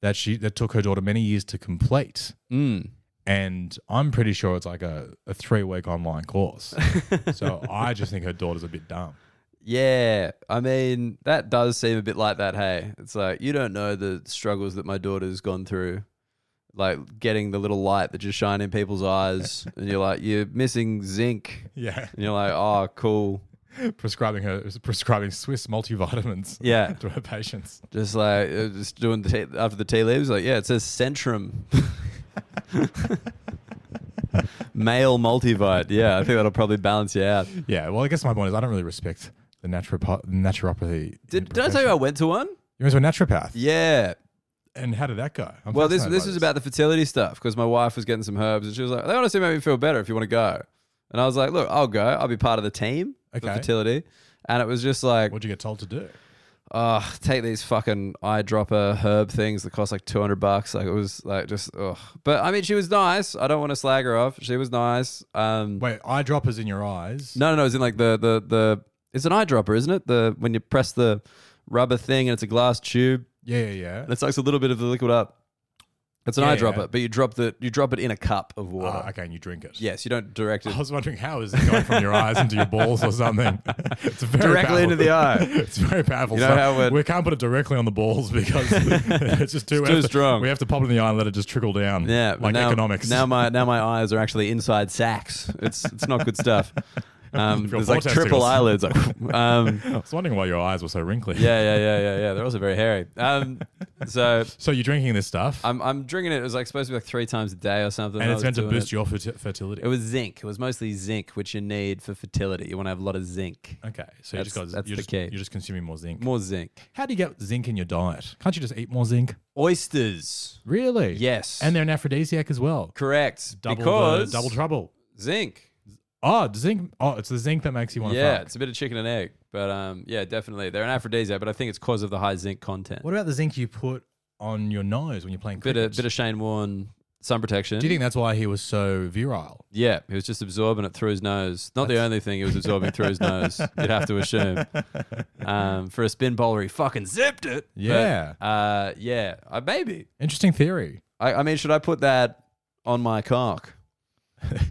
S2: that she that took her daughter many years to complete.
S1: Mm.
S2: And I'm pretty sure it's like a, a three week
S1: (laughs)
S2: online course. so I just think her daughter's a bit dumb.
S1: Yeah, I mean that does seem a bit like that. Hey, it's like you don't know the struggles that my daughter's gone through, like getting the little light that just shine in people's (laughs) eyes, and you're like, you're missing zinc,
S2: Yeah,
S1: and you're like, oh, cool,
S2: (laughs) prescribing her prescribing Swiss multivitamins
S1: yeah,
S2: (laughs) to her patients.
S1: just like uh, just doing the tea, after the tea leaves, like yeah, it says Centrum, (laughs) male multivite. Yeah, I think that'll probably balance you out.
S2: Yeah, well, I guess my point is I don't really respect the naturopath naturopathy.
S1: Did, did I tell you I went to one?
S2: you went to a naturopath?
S1: Yeah.
S2: And how did that go? I'm
S1: Well, this
S2: fascinated
S1: this
S2: by
S1: was about the fertility stuff because my wife was getting some herbs and she was like, "They honestly made me feel better. If you want to go," and I was like, "Look, I'll go. I'll be part of the team for
S2: Okay.
S1: fertility." And it was just like,
S2: What'd you get told to do?
S1: "Ugh, take these fucking eyedropper herb things that cost like two hundred bucks." Like it was like just ugh. But I mean, she was nice. I don't want to slag her off. She was nice. Um,
S2: Wait, eyedroppers in your eyes.
S1: no, no, no. It's in like the the the. It's an eyedropper, isn't it? The when you press the rubber thing and it's a glass tube
S2: Yeah, yeah,
S1: and
S2: yeah.
S1: it sucks a little bit of the liquid up. It's an
S2: Yeah,
S1: eyedropper,
S2: yeah.
S1: but you drop the you drop it in a cup of water.
S2: Ah, okay, and you drink it.
S1: Yes, you don't direct it
S2: I was wondering how is it going from your eyes into your balls or something? (laughs) It's very
S1: directly into the
S2: powerful.
S1: eye.
S2: (laughs) It's very powerful.
S1: You know
S2: stuff.
S1: how when-
S2: we can't put it directly on the balls
S1: (laughs)
S2: (laughs) because it's just too, we
S1: too
S2: have to-
S1: strong.
S2: We have to pop it in the eye and let it just trickle down.
S1: Yeah, but
S2: like
S1: now,
S2: economics.
S1: Now my now my eyes are actually inside sacks. It's it's not good
S2: (laughs)
S1: stuff. Um,
S2: You've got
S1: there's
S2: four
S1: like triple
S2: testicles. (laughs)
S1: eyelids. Like, um,
S2: (laughs) I was wondering why your eyes were so wrinkly.
S1: yeah, yeah, yeah, yeah, yeah. They're also very hairy. Um, so
S2: So you're drinking this stuff,
S1: I'm I'm drinking it. It was like supposed to be like three times a day or something.
S2: and
S1: I
S2: it's
S1: was
S2: meant to
S1: doing
S2: boost
S1: it.
S2: your ferti- fertility.
S1: It was zinc. It was mostly zinc, which you need for fertility. You want to have a lot of zinc.
S2: okay, so you just
S1: That's-
S2: got
S1: that's
S2: you're
S1: the
S2: just,
S1: key.
S2: You're just consuming more zinc.
S1: More zinc.
S2: How do you get zinc in your diet? Can't you just eat more zinc?
S1: Oysters.
S2: Really?
S1: Yes.
S2: And they're an aphrodisiac as well.
S1: correct
S2: Double the-
S1: because
S2: double trouble.
S1: zinc.
S2: Oh, zinc. Oh, it's the zinc that makes you want to
S1: Yeah,
S2: fuck.
S1: it's a bit of chicken and egg, but um, yeah, definitely they're an aphrodisiac, but I think it's because of the high zinc content.
S2: What about the zinc you put on your nose when you're playing
S1: bit
S2: cricket?
S1: of bit of Shane Warne sun protection.
S2: Do you think that's why he was so virile?
S1: yeah, he was just absorbing it through his nose. Not the only thing he was absorbing through his
S2: (laughs)
S1: nose. You'd have to assume. Um, for a spin bowler, he fucking zipped it. But,
S2: Yeah.
S1: uh, yeah. I maybe.
S2: Interesting theory.
S1: I, I mean, should I put that on my
S2: (laughs)
S1: cock?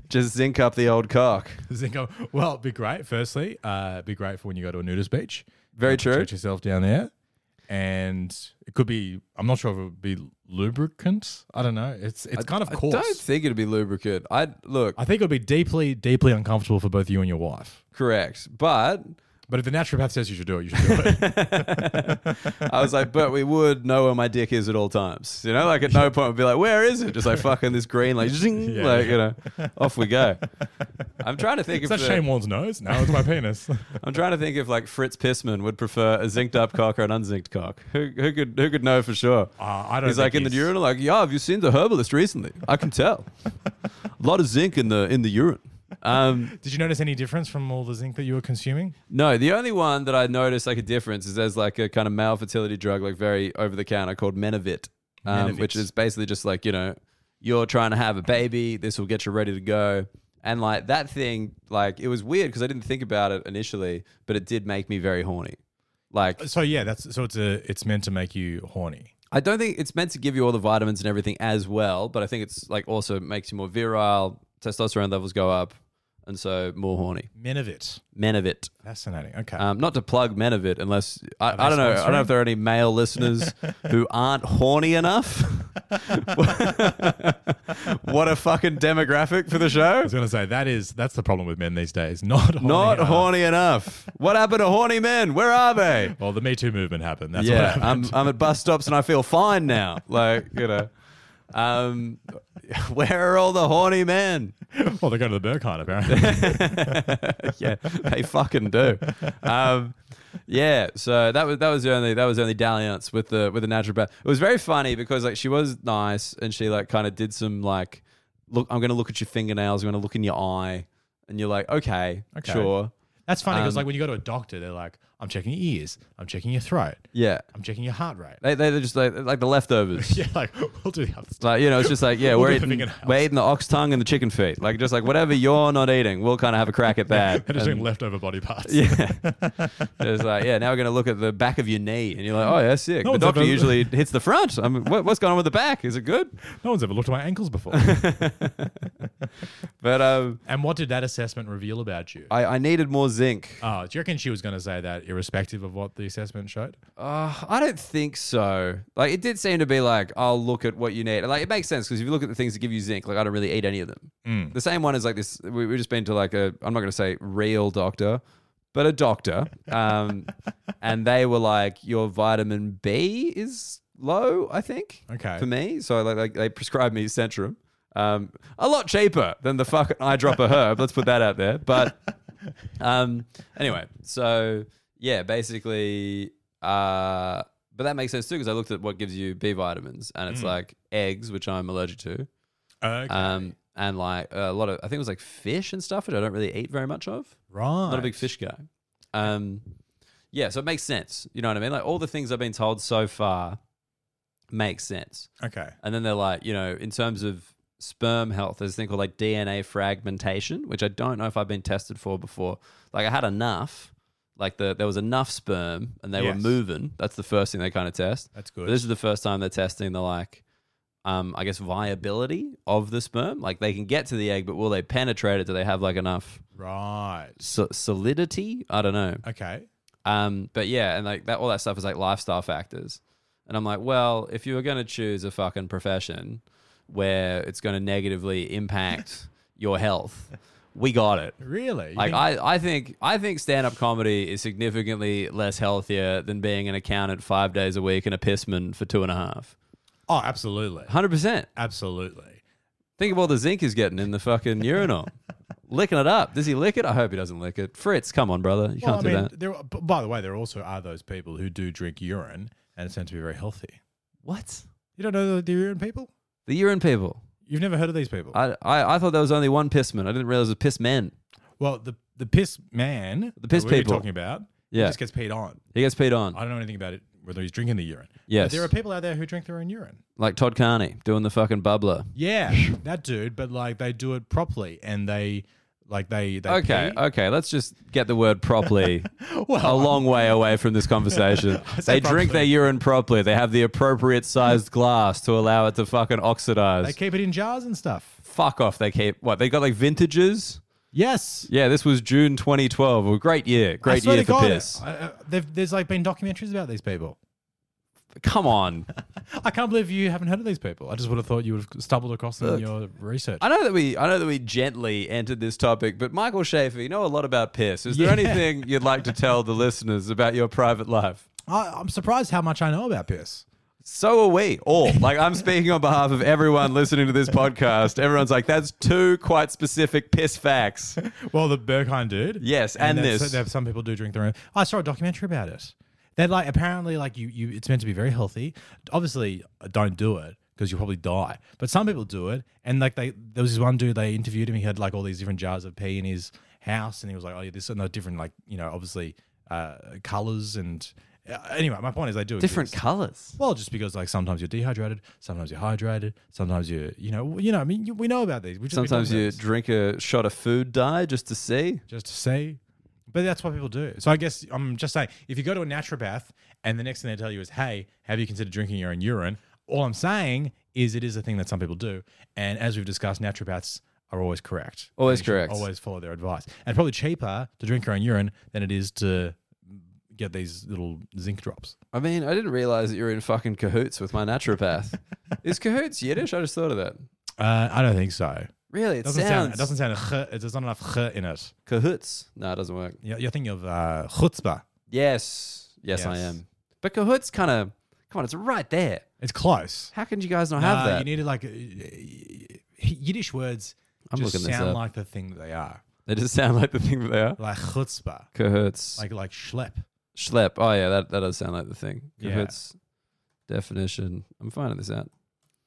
S1: just zinc up the old cock.
S2: Zinco. Well, it'd be great. Firstly, uh, it'd be great for when you go to a nudist beach.
S1: Very
S2: You can
S1: true.
S2: Treat yourself down there, and it could be. I'm not sure if it would be lubricant. I don't know. It's it's kind of
S1: I
S2: coarse. I,
S1: don't think it'd be lubricant. I look
S2: think it would be deeply deeply uncomfortable for both you and your wife.
S1: correct, but
S2: But if the naturopath says you should do it, you should do
S1: (laughs)
S2: it.
S1: I was like, but we would know where my dick is at all times. You know, like at no point would be like, where is it? Just like fucking this green, like, zing,
S2: (laughs) Yeah.
S1: like you know, off we go. I'm trying to think
S2: Is
S1: if
S2: that
S1: the-
S2: Shane Warne's nose? No, it's my penis. (laughs) Uh,
S1: I'm trying to think if like Fritz Pissman would prefer a zinked up cock or an unzinked cock. Who, who could who could know for sure?
S2: Uh, I don't.
S1: He's like
S2: think
S1: in the urinal, like, yeah, have you seen the herbalist recently? I can tell. a lot of zinc in the in the urine. Um,
S2: Did you notice any difference from all the zinc that you were consuming?
S1: No, the only one that I noticed like a difference is there's like a kind of male fertility drug, like very over the counter called Menavit, um,
S2: Menavit.
S1: which is basically just like, you know, you're trying to have a baby, this will get you ready to go. And like that thing, like it was weird because I didn't think about it initially, but it did make me very horny. Like,
S2: So yeah, that's so it's a it's meant to make you horny.
S1: I don't think it's meant to give you all the vitamins and everything as well, but I think it's like also makes you more virile, testosterone levels go up, and so more horny.
S2: Men of it.
S1: Menavit.
S2: Fascinating. Okay.
S1: Um, not to plug men of it, unless I,
S2: they
S1: I don't know. I don't know
S2: sponsoring?
S1: if there are any male listeners who aren't horny enough. (laughs) what a fucking demographic for the
S2: I
S1: show.
S2: was gonna say that is that's the problem with men these days. Not horny
S1: Not
S2: enough.
S1: horny enough. What happened to horny men? Where are they?
S2: Well, the Me Too movement happened. (laughs) That's what
S1: yeah,
S2: happened.
S1: I'm I'm at bus stops and I feel fine now. Like you know, um, (laughs) where are all the horny men?
S2: (laughs) well, they go to the Burkhan apparently.
S1: (laughs) yeah, they fucking do. Um, yeah, so that was that was the only that was the only dalliance with the with the naturopath. It was very funny because like she was nice and she like kind of did some like look. I'm gonna look at your fingernails. I'm gonna look in your eye, and you're like, okay,
S2: Okay.
S1: sure,
S2: that's funny
S1: Um,
S2: because like when you go to a doctor, they're like, "I'm checking your ears. I'm checking your throat.
S1: yeah.
S2: I'm checking your heart rate." (laughs)
S1: They they they're just like like the leftovers.
S2: yeah, like we'll do the other stuff.
S1: Like you know, it's just like yeah, we're
S2: do the
S1: eating,
S2: fingernails.
S1: we're eating the ox tongue and the chicken feet. Like just like whatever you're not eating, we'll kind of have a crack
S2: (laughs)
S1: at that.
S2: They're just
S1: And-
S2: doing leftover body parts.
S1: (laughs) Yeah. it's like, yeah, now we're going to look at the back of your knee. And you're like, oh, yeah, sick.
S2: No
S1: the
S2: one's
S1: doctor
S2: ever-
S1: usually hits the front. I mean, what, what's going on with the back? Is it good?
S2: No one's ever looked at my ankles before.
S1: (laughs) But um,
S2: and what did that assessment reveal about you?
S1: I, I needed more zinc.
S2: Oh, do you reckon she was going to say that irrespective of what the assessment showed?
S1: Uh, I don't think so. Like, it did seem to be like, I'll look at what you need. Like, it makes sense because if you look at the things that give you zinc, like, I don't really eat any of them. The same one is like this. We, we've just been to like a, I'm not going to say real doctor, but a doctor. Um, and they were like, your vitamin B is low, I think.
S2: Okay.
S1: for me. So like, like they prescribed me Centrum. Um, a lot cheaper than the fucking eyedropper herb. Let's put that out there.
S2: (laughs)
S1: But um, anyway, so yeah, basically, uh, but that makes sense too because I looked at what gives you B vitamins, and it's like eggs, which I'm allergic to,
S2: Mm. Okay.
S1: um, and like a lot of I think it was like fish and stuff, which I don't really eat very much of.
S2: right.
S1: Not a big fish guy. Um, yeah, so it makes sense. You know what I mean? Like all the things I've been told so far make sense.
S2: Okay.
S1: And then they're like, you know, in terms of sperm health, there's a thing called like DNA fragmentation, which I don't know if I've been tested for before. Like I had enough, like the there was enough sperm and they were
S2: Yes.
S1: moving. That's the first thing they kind of test.
S2: That's
S1: But
S2: good.
S1: this is the first time they're testing the like, um, I guess viability of the sperm. Like they can get to the egg, but will they penetrate it? Do they have like enough
S2: right.
S1: so- solidity? I don't know.
S2: Okay.
S1: Um, but yeah, and like that, all that stuff is like lifestyle factors. And I'm like, well, if you were going to choose a fucking profession where it's going to negatively
S2: (laughs)
S1: impact your health, we got it.
S2: Really? You
S1: Like uh,
S2: think-
S1: I, I think I think stand up comedy is significantly less healthier than being an accountant five days a week and a pissman for two and a half.
S2: oh, absolutely.
S1: Hundred percent.
S2: Absolutely.
S1: Think of all the zinc he's getting in the fucking
S2: (laughs)
S1: urinal. Licking it up. Does he lick it? I hope he doesn't lick it. Fritz, come on, brother. You can't
S2: Well, I
S1: do
S2: mean,
S1: that.
S2: there. b- By the way, there also are those people who do drink urine and it's tend to be very healthy.
S1: (laughs) What?
S2: You don't know the, the urine people?
S1: The urine people.
S2: You've never heard of these people?
S1: I, I, I thought there was only one pissman. I didn't realize it was piss men.
S2: well, the the piss man,
S1: The piss
S2: that we were
S1: people.
S2: talking about, he
S1: Yeah.
S2: just gets peed on.
S1: He gets peed on,
S2: I don't know anything about it whether he's drinking the urine.
S1: Yes.
S2: but there are people out there who drink their own urine.
S1: like Todd Carney doing the fucking bubbler. (laughs)
S2: Yeah, that dude. But like, they do it properly, and they like they they
S1: Okay, uh,
S2: pee.
S1: okay. Let's just get the word properly
S2: (laughs) Well,
S1: a long way away from this
S2: (laughs)
S1: conversation.
S2: said
S1: they drink their
S2: properly.
S1: urine properly. They have the appropriate sized glass to allow it to fucking oxidize.
S2: they keep it in jars and stuff.
S1: Fuck off. They keep what? They got like vintages.
S2: Yes.
S1: Yeah, this was June 2012. Well, great year.
S2: I
S1: Great
S2: swear
S1: year
S2: to
S1: for
S2: God,
S1: piss.
S2: I- I- they've- there's like been documentaries about these people.
S1: Come on.
S2: I can't believe you haven't heard of these people. I just would have thought you would have stumbled across them in your research.
S1: I know that we I know that we gently entered this topic, but Michael Schaefer, you know a lot about piss. Is there
S2: Yeah.
S1: anything you'd like to tell the listeners about your private life?
S2: I, I'm surprised how much I know about piss.
S1: So are we all. Like I'm speaking on behalf of everyone listening to this podcast. Everyone's like, that's two quite specific piss facts.
S2: Well, the Bergheim dude.
S1: Yes, and
S2: there's-
S1: this.
S2: there's- some people do drink their own. I saw a documentary about it. They're like apparently like you, you it's meant to be very healthy. Obviously, don't do it because you'll probably die. But some people do it, and like they there was this one dude they interviewed him. He had like all these different jars of pee in his house, and he was like, oh yeah, this and the different like you know obviously uh, colors and uh, anyway. My point is they do
S1: Different
S2: exist.
S1: colors.
S2: Well, just because like sometimes you're dehydrated, sometimes you're hydrated, sometimes you you know you know I mean you, we know about these. We've just been
S1: Sometimes
S2: talking about
S1: you
S2: this
S1: drink a shot of food dye just to see.
S2: just to see. But that's what people do. So I guess I'm just saying, if you go to a naturopath and the next thing they tell you is, "Hey, have you considered drinking your own urine?" All I'm saying is it is a thing that some people do, and as we've discussed, naturopaths are always correct.
S1: Always
S2: You should
S1: correct.
S2: Always follow their advice, and probably cheaper to drink your own urine than it is to get these little zinc drops.
S1: I mean, I didn't realize that you were in fucking cahoots with my naturopath. Is cahoots Yiddish? I just thought of that.
S2: Uh, I don't think so.
S1: Really, it
S2: Doesn't sound. It
S1: sounds
S2: doesn't sound. A
S1: (laughs)
S2: ch, it- there's not enough ch in it.
S1: cahoots. No, it doesn't work.
S2: You're, you're thinking of uh, chutzpah.
S1: Yes. yes, I
S2: Yes.
S1: am. But cahoots kind of come on. It's right there.
S2: It's close.
S1: How can you guys not
S2: Nah,
S1: have that?
S2: You needed like uh, Yiddish words
S1: I'm
S2: just
S1: looking this
S2: sound
S1: up.
S2: like the thing that they are,
S1: they just (laughs) sound like the thing that they are.
S2: like chutzpah,
S1: Cahoots.
S2: like like schlep.
S1: Schlep. Oh yeah, that, that does sound like the thing.
S2: Yeah.
S1: Cahoots definition. I'm finding this out.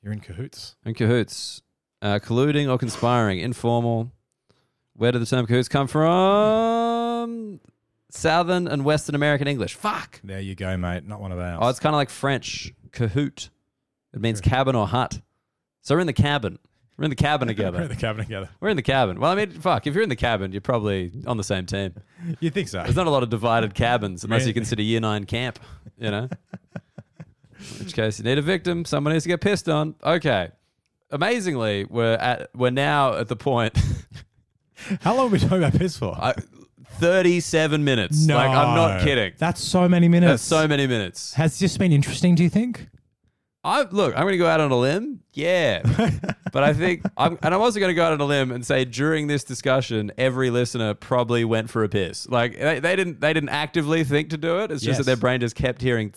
S2: You're in cahoots.
S1: And cahoots, uh, colluding or conspiring, informal. Where did the term cahoots come from? Southern and Western American English. Fuck.
S2: There you go, mate. Not one of ours.
S1: Oh, it's kind of like French cahoot. It means cabin or hut. So we're in the cabin. We're in the cabin
S2: (laughs) We're in
S1: together.
S2: the
S1: (laughs)
S2: cabin together.
S1: We're in the cabin. Well, I mean, fuck. If you're in the cabin, you're probably on the same team.
S2: You think so?
S1: There's not a lot of divided cabins unless you
S2: Really?
S1: consider year nine camp, you
S2: (laughs)
S1: know? In which case, you need a victim. Someone needs to get pissed on. Okay. Amazingly, we're at we're now at the point (laughs)
S2: How long have we talking about piss for?
S1: I, 37 minutes. Like I'm not kidding.
S2: That's so many minutes.
S1: That's so many minutes.
S2: Has this been interesting? Do you think?
S1: I look, I'm going to go out on a limb.
S2: (laughs)
S1: Yeah. but I think I'm and I'm also going to go out on a limb and say during this discussion every listener probably went for a piss. Like they, they didn't they didn't actively think to do it. It's just that
S2: Yes.
S1: their brain just kept hearing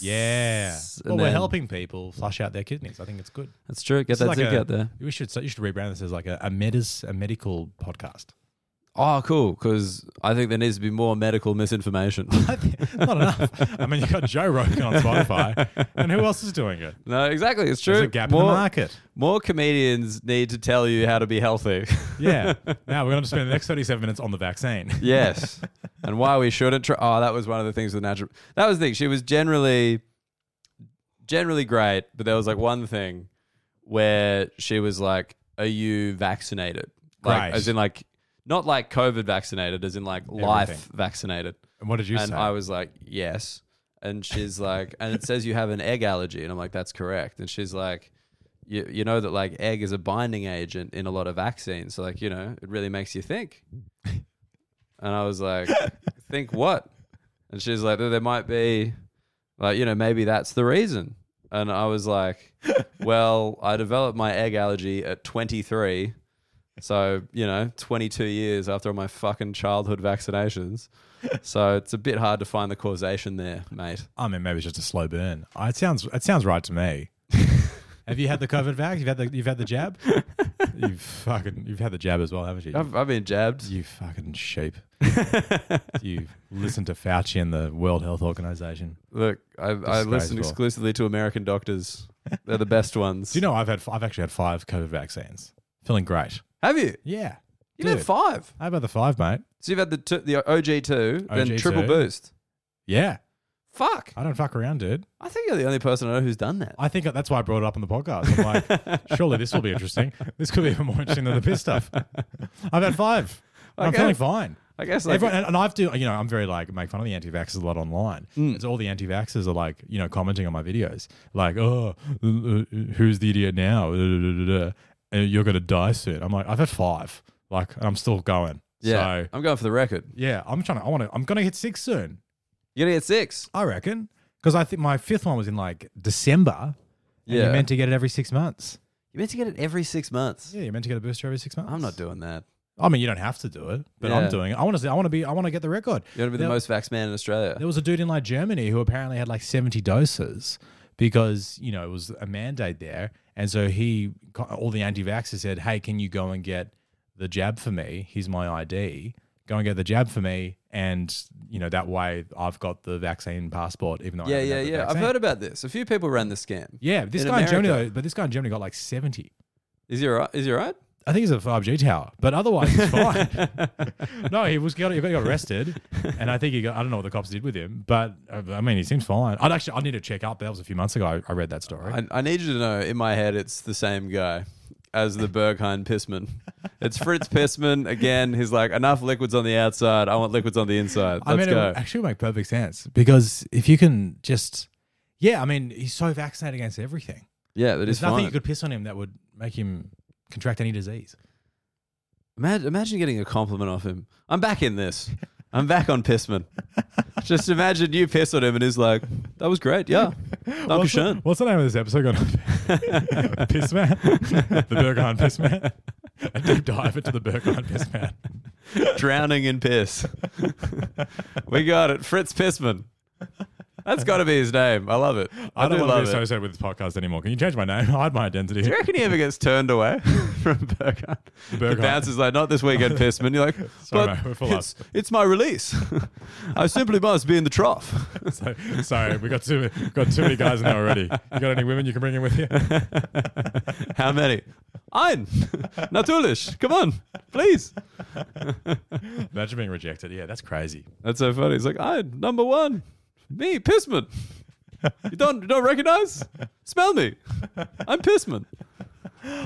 S2: Yeah.
S1: And
S2: Well, we're
S1: then-
S2: helping people flush out their kidneys. I think it's good.
S1: That's true. Get
S2: This is
S1: that
S2: like
S1: zinc
S2: a-
S1: out there.
S2: We should you should rebrand this as like a, a medis a medical podcast. (laughs)
S1: oh, cool, because I think there needs to be more medical misinformation. (laughs)
S2: Not enough. I mean, you got Joe Rogan on Spotify, and who else is doing it?
S1: no, exactly, it's true.
S2: There's a gap in the market.
S1: More comedians need to tell you how to be healthy. (laughs)
S2: Yeah. now we're going to spend the next 37 minutes on the vaccine.
S1: (laughs) yes, and why we shouldn't try. Oh, that was one of the things with natural. That was the thing. She was generally, generally great, but there was like one thing where she was like, "Are you vaccinated?" Like,
S2: Right.
S1: as in like not like COVID vaccinated, as in like life
S2: Everything.
S1: vaccinated.
S2: And what did you
S1: and
S2: say?
S1: I was like, yes. And she's
S2: (laughs)
S1: like, and it says you have an egg allergy. And I'm like, that's correct. And she's like, you, you know that like egg is a binding agent in a lot of vaccines. So like, you know, it really makes you think. And I was
S2: (laughs)
S1: like, think what? And she's like, there there might be, like, you know, maybe that's the reason. And I was
S2: (laughs)
S1: like, well, I developed my egg allergy at 23. So, you know, 22 years after all my fucking childhood vaccinations. So it's a bit hard to find the causation there, mate.
S2: I mean, maybe it's just a slow burn. Uh, It sounds it sounds right
S1: (laughs)
S2: to me. Have you had the COVID vax? You've had the you've had the jab. you've fucking you've had the jab as well, haven't you?
S1: I've, I've been jabbed.
S2: You
S1: (laughs)
S2: fucking sheep. you listen to Fauci and the World Health Organization.
S1: Look, I, I listen
S2: Disgraceful.
S1: exclusively to American doctors. They're the (laughs) best ones.
S2: Do you know I've had f- I've actually had five COVID vaccines. Feeling great.
S1: Have you?
S2: Yeah.
S1: You have
S2: Dude.
S1: had five.
S2: How about the five, mate?
S1: So you've had the two, the OG two, then
S2: OG2.
S1: triple boost.
S2: Yeah.
S1: Fuck.
S2: I don't fuck around, dude.
S1: I think you're the only person I know who's done that.
S2: I think that's why I brought it up on the podcast. I'm (laughs) like, surely this will be interesting. This could be even more interesting than the piss (laughs) stuff. I've had five. I'm
S1: Okay.
S2: feeling fine.
S1: I guess like
S2: Everyone, and, and I've do you know I'm very like make fun of the anti-vaxxers a lot online. It's all the anti-vaxxers are like you know commenting on my videos like oh uh, uh, who's the idiot now Da, da, da, da, da. And you're gonna die soon. I'm like I've had five like and I'm still going.
S1: yeah.
S2: So
S1: I'm going for the record.
S2: yeah, I'm trying to I want to I'm gonna hit six soon.
S1: You're gonna get six.
S2: I reckon because I think my fifth one was in like December. And
S1: Yeah.
S2: You're meant to get it every six months.
S1: You're meant to get it every six months.
S2: Yeah, you're meant to get a booster every six months.
S1: I'm not doing that.
S2: I mean, you don't have to do it, but I'm
S1: Yeah.
S2: doing it. I want to. I want to be. I want to get the record.
S1: You're gonna be the
S2: Now-
S1: most vax man in Australia.
S2: There was a dude in like Germany who apparently had like 70 doses because, you know, it was a mandate there. And so he, all the anti vaxxers said, hey, can you go and get the jab for me? Here's my ID. Go and get the jab for me. And, you know, that way I've got the vaccine passport, even though
S1: Yeah,
S2: I haven't
S1: yeah,
S2: had the
S1: yeah. I've
S2: vaccine.
S1: heard about this. A few people ran the scam.
S2: Yeah, this
S1: in
S2: guy in Germany,
S1: America.
S2: though, but this guy in Germany got like 70.
S1: Is he all right? Is he all right?
S2: I think he's at a 5G tower, but otherwise he's fine.
S1: (laughs)
S2: no, he was got, he got arrested, and I think he got. I don't know what the cops did with him, but uh, I mean, he seems fine. I'd actually, I need to check up. That was a few months ago. I, I read that story.
S1: I, I need you to know in my head it's the same guy as the Berghain Pissman. It's Fritz Pissman again. He's like, enough liquids on the outside. I want liquids on the inside. Let's
S2: I mean,
S1: go.
S2: it actually would make perfect sense because if you can just, yeah, I mean, he's so vaccinated against everything.
S1: yeah, that is
S2: There's nothing
S1: fine.
S2: you could piss on him that would make him contract any disease.
S1: Imagine, imagine getting a compliment off him. I'm back in this. I'm back on Pissman. Just imagine you piss on him and he's like, that was great. Yeah. Danke
S2: What's the,
S1: schön.
S2: what's the name of this episode
S1: (laughs)
S2: going to be? Piss Man? the Berghain Piss Man? A deep dive into the Berghain Piss Man.
S1: Drowning in piss. (laughs) we got it. Fritz Pissman. That's got to be his name. I love it. I,
S2: I don't
S1: do
S2: want to be
S1: love it.
S2: associated with this podcast anymore. Can you change my name? (laughs) Hide my identity.
S1: Do you reckon he ever gets turned away (laughs) from Burkhardt? The
S2: Burkhardt.
S1: bouncer's like, not this weekend, Pissman. You're like,
S2: (laughs) Sorry,
S1: but
S2: mate, we're full up.
S1: it's, it's my release. (laughs) I simply must be in the trough. (laughs)
S2: So, sorry, we got too got too many guys in there already. You got any women you can bring in
S1: (laughs)
S2: with you?
S1: How many? Ein. (laughs) Natürlich. Come on, please.
S2: Imagine being rejected. Yeah, that's crazy.
S1: That's so funny. He's like, Ein, number one. Me, Pissman. You don't, you don't recognize? Smell me. I'm Pissman.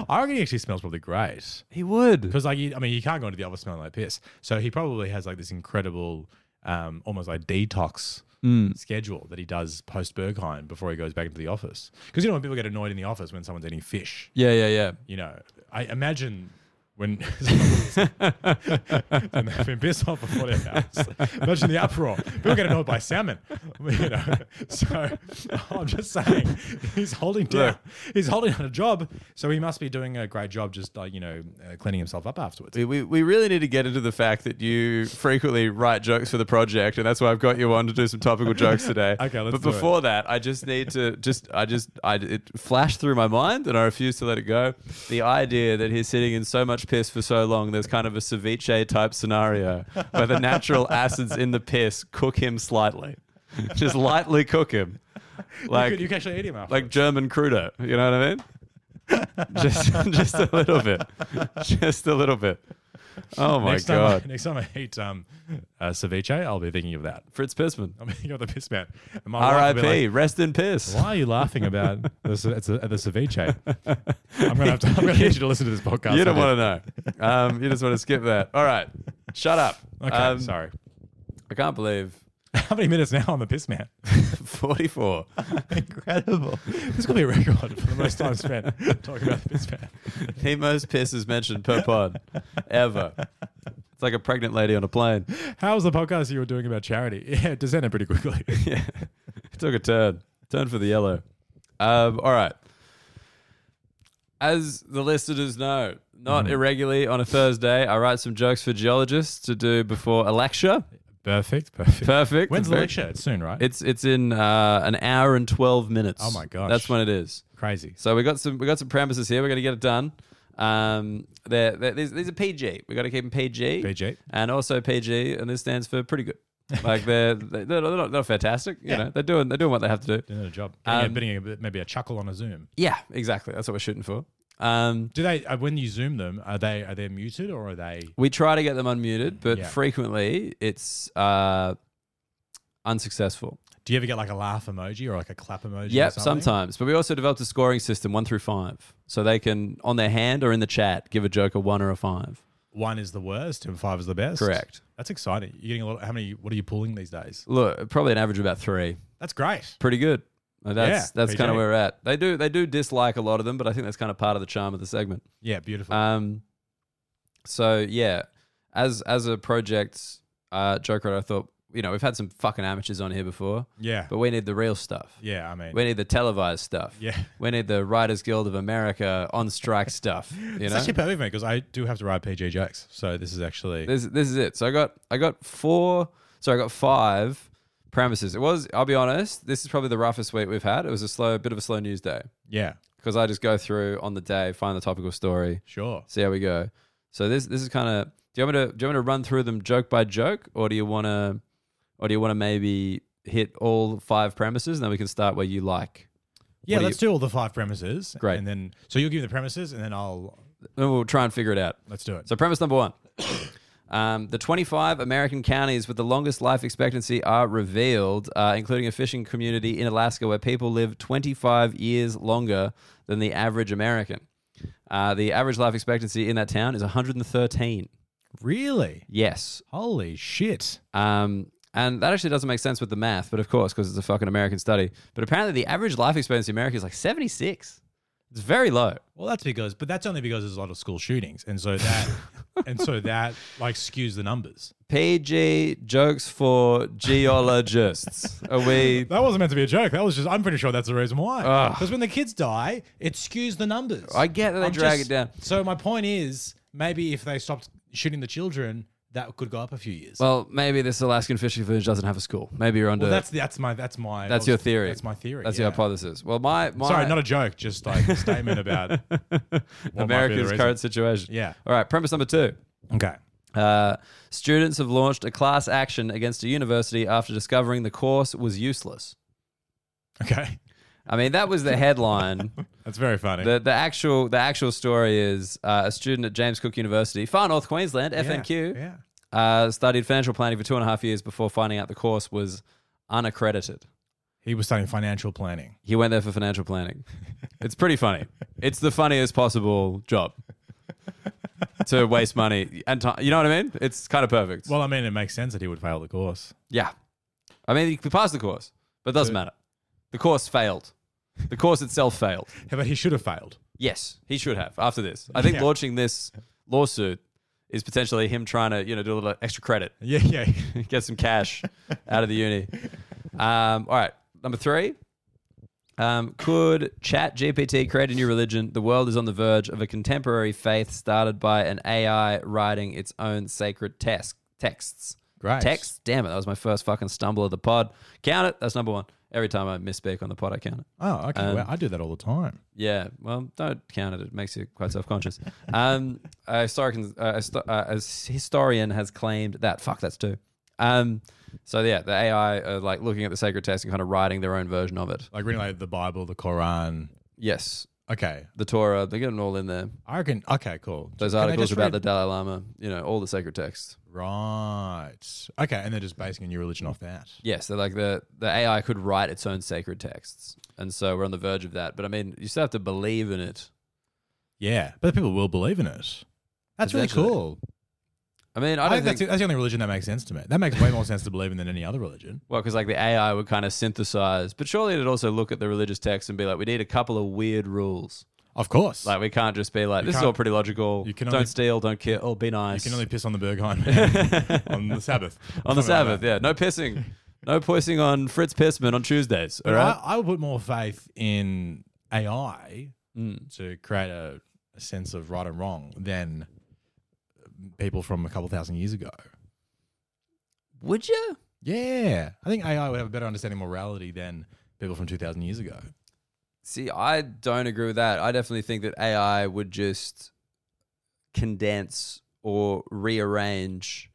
S2: I reckon he actually smells probably great
S1: He would.
S2: because, like, you, I mean, you can't go into the office smelling like piss. So he probably has like this incredible, um, almost like detox
S1: Mm.
S2: schedule that he does post Bergheim before he goes back into the office. Because you know when people get annoyed in the office when someone's eating fish,
S1: Yeah, yeah, yeah.
S2: you know, I imagine when (laughs) when they've been pissed off for 48 hours. Imagine the uproar. People get annoyed by salmon, (laughs) you know. So (laughs) I'm just saying, he's holding down, he's holding down a job, so he must be doing a great job, just like you know, uh, cleaning himself up afterwards.
S1: We, we, we really need to get into the fact that you frequently write jokes for the project, and that's why I've got you on to do some topical jokes today.
S2: (laughs) Okay, let's
S1: But
S2: do it.
S1: before that, I just need to just I just I it flashed through my mind, and I refuse to let it go. The idea that he's sitting in so much much piss for so long, there's kind of a ceviche type scenario where the natural acids in the piss cook him slightly. (laughs) Just lightly cook him. Like
S2: you can actually eat him after.
S1: like German crudo. You know what I mean? just (laughs) just a little bit. Just a little bit. Oh my
S2: next
S1: god.
S2: Time I, next time I eat um, uh, ceviche, I'll be thinking of that. (laughs)
S1: Fritz Pissman.
S2: I'm thinking of the piss man. And my wife will be
S1: R.I.P. rest in piss.
S2: Like, Why are you laughing about this? It's a, the ceviche. I'm gonna have to. I'm gonna need you to listen to this podcast.
S1: You don't want to know. Um, you just want to skip that. All right. Shut up.
S2: Okay,
S1: Um,
S2: sorry. (laughs)
S1: I can't believe (laughs)
S2: How many minutes now on the piss man?
S1: 44.
S2: (laughs) Incredible. This could be a record for the most time spent talking about the piss man.
S1: the most piss is mentioned per pod ever. It's like a pregnant lady on a plane.
S2: How was the podcast you were doing about charity? (laughs) Yeah, it descended pretty quickly.
S1: (laughs) yeah. It took a turn. Turn for the yellow. Um, all right. As the listeners know, not
S2: Mm-hmm.
S1: irregularly on a Thursday, I write some jokes for geologists to do before a lecture.
S2: Perfect. Perfect.
S1: Perfect.
S2: When's the
S1: Very-
S2: lecture? It's soon, right?
S1: It's it's in uh, an hour and twelve minutes.
S2: Oh my gosh.
S1: that's when it is.
S2: crazy.
S1: So we got some we got some premises here. We're gonna get it done. Um, they're, they're, these, these are PG. We got to keep them PG.
S2: PG.
S1: and also PG, and this stands for pretty good. Like they're they're, they're not, they're not fantastic. You
S2: Yeah.
S1: know, they're doing they're doing what they have to do.
S2: Doing a job. Getting a-
S1: Um,
S2: getting a bit- maybe a chuckle on a Zoom.
S1: Yeah, exactly. That's what we're shooting for. Um,
S2: Do they uh, when you zoom them? Are they are they muted or are they?
S1: we try to get them unmuted, but
S2: Yeah.
S1: frequently it's uh, unsuccessful.
S2: Do you ever get like a laugh emoji or like a clap emoji?
S1: Yep,
S2: or something?
S1: sometimes. But we also developed a scoring system one through five, so they can on their hand or in the chat give a joke a one or a five.
S2: one is the worst and five is the best.
S1: Correct.
S2: That's exciting. You're getting a lot. How many? What are you pulling these days?
S1: Look, probably an average of about three.
S2: That's great.
S1: Pretty good. Uh, That's
S2: Yeah,
S1: that's
S2: PJ.
S1: kind of where we're at. They do they do dislike a lot of them, but I think that's kind of part of the charm of the segment.
S2: Yeah, beautiful.
S1: Um, so yeah, as as a project, uh, joke writer, I thought you know we've had some fucking amateurs on here before,
S2: yeah,
S1: but we need the real stuff.
S2: yeah. I mean,
S1: We need the televised stuff.
S2: yeah.
S1: We need the Writers Guild of America on strike
S2: (laughs)
S1: stuff. You
S2: It's
S1: know,
S2: actually perfect, mate, because I do have to ride PJ Jacks, so this is actually
S1: this this is it. So I got I got four. Sorry, I got five premises. It was. I'll be honest. This is probably the roughest week we've had. It was a slow, bit of a slow news day
S2: yeah,
S1: because I just go through on the day, find the topical story,
S2: sure.
S1: see how we go. So this this is kind of. Do you want me to do you want me to run through them joke by joke, or do you want to, or do you want to maybe hit all five premises and then we can start where you like.
S2: Yeah,
S1: do
S2: let's do all the five premises.
S1: Great.
S2: and then so you'll give me the premises, and then I'll
S1: Then we'll try and figure it out.
S2: let's do it.
S1: So premise number one. (coughs) Um, the 25 American counties with the longest life expectancy are revealed, uh, including a fishing community in Alaska where people live 25 years longer than the average American. Uh, the average life expectancy in that town is 113.
S2: really?
S1: Yes.
S2: Holy shit!
S1: Um, and that actually doesn't make sense with the math, but of course, because it's a fucking American study. But apparently, the average life expectancy in America is like 76. It's very low.
S2: Well, that's because, but that's only because there's a lot of school shootings, and so that,
S1: (laughs)
S2: and so that like skews the numbers.
S1: PG jokes for
S2: (laughs)
S1: geologists. Are we
S2: That wasn't meant to be a joke. That was just, I'm pretty sure that's the reason why.
S1: Ugh.
S2: Because when the kids die, it skews the numbers.
S1: I get that they drag it down.
S2: So my point is, maybe if they stopped shooting the children, that could go up a few years. Well,
S1: Well, maybe this Alaskan fishing village doesn't have a school. Maybe you're under.
S2: that's
S1: that's
S2: that's my that's my
S1: that's your theory.
S2: That's my theory.
S1: That's
S2: yeah.
S1: your hypothesis. Well, my, my
S2: Sorry, not a joke. Just like a statement
S1: (laughs)
S2: about what might be the
S1: America's
S2: reason.
S1: current situation.
S2: Yeah.
S1: All right. Premise number two.
S2: Okay.
S1: Uh, students have launched a class action against a university after discovering the course was useless.
S2: Okay.
S1: I mean, that was the headline.
S2: That's very funny.
S1: the The actual the actual story is uh, a student at James Cook University, far north Queensland,
S2: Yeah,
S1: FNQ,
S2: Yeah.
S1: Uh, studied financial planning for two and a half years before finding out the course was unaccredited.
S2: He was studying financial planning.
S1: He went there for financial
S2: (laughs)
S1: planning. It's pretty funny. It's the funniest possible job to waste money and time. You know what I mean? It's kind of perfect.
S2: Well, I mean, it makes sense that he would fail the course.
S1: yeah. I mean, you could pass the course, but it doesn't matter. The course failed. The course itself failed.
S2: But he should have failed.
S1: Yes, he should have after this. I think
S2: Yeah.
S1: launching this lawsuit is potentially him trying to, you know, do a little extra credit, (laughs)
S2: Yeah. Yeah. (laughs)
S1: get some cash out of the uni. Um, all right, number three. Um, could Chat GPT create a new religion? The world is on the verge of a contemporary faith started by an AI writing its own sacred tes- texts.
S2: Great.
S1: Texts? Damn it, that was my first fucking stumble of the pod. Count it. That's number one. Every time I misspeak on the pod, I count it.
S2: Oh, okay. well, I do that all the time.
S1: Yeah, well, don't count it. It makes you quite self-conscious. um, a, historian, uh, a sto- uh, a s- historian has claimed that. Fuck, that's two. Um, so yeah, the AI are like looking at the sacred text and kind of writing their own version of it.
S2: Like reading like the Bible, the Quran.
S1: Yes,
S2: Okay,
S1: the Torah, they're getting all in there.
S2: I reckon. Okay, cool.
S1: Those
S2: Can they
S1: articles
S2: just
S1: about the
S2: read-
S1: Dalai Lama, you know, all the sacred texts.
S2: right. Okay, and they're just basing a new religion off that.
S1: Yes, they're like the the AI could write its own sacred texts, and so we're on the verge of that. But I mean, you still have to believe in it.
S2: Yeah, but people will believe in it. That's really
S1: Eventually.
S2: cool.
S1: I mean, I
S2: I
S1: don't think,
S2: think that's, the- that's the only religion that makes sense to me. That makes way more sense to believe in than any other religion.
S1: Well, because like the AI would kind of synthesize, but surely it'd also look at the religious text and be like, we need a couple of weird rules.
S2: Of course,
S1: Like we can't just be like, this is
S2: can't-
S1: all pretty logical.
S2: you can
S1: don't
S2: only-
S1: steal, don't kill, oh, be
S2: you
S1: nice. (laughs)
S2: can only (laughs) piss on the Bergheim on
S1: on the
S2: the Sabbath. Something like
S1: Sabbath,
S2: that.
S1: yeah, no pissing, no pissing on Fritz Pissman on Tuesdays. All
S2: But
S1: right,
S2: I, I would put more faith in AI
S1: Mm.
S2: to create a, a sense of right and wrong than people from a couple thousand years ago.
S1: would you?
S2: Yeah, I think AI would have a better understanding of morality than people from two thousand years ago.
S1: See, I don't agree with that. I definitely think that AI would just condense or rearrange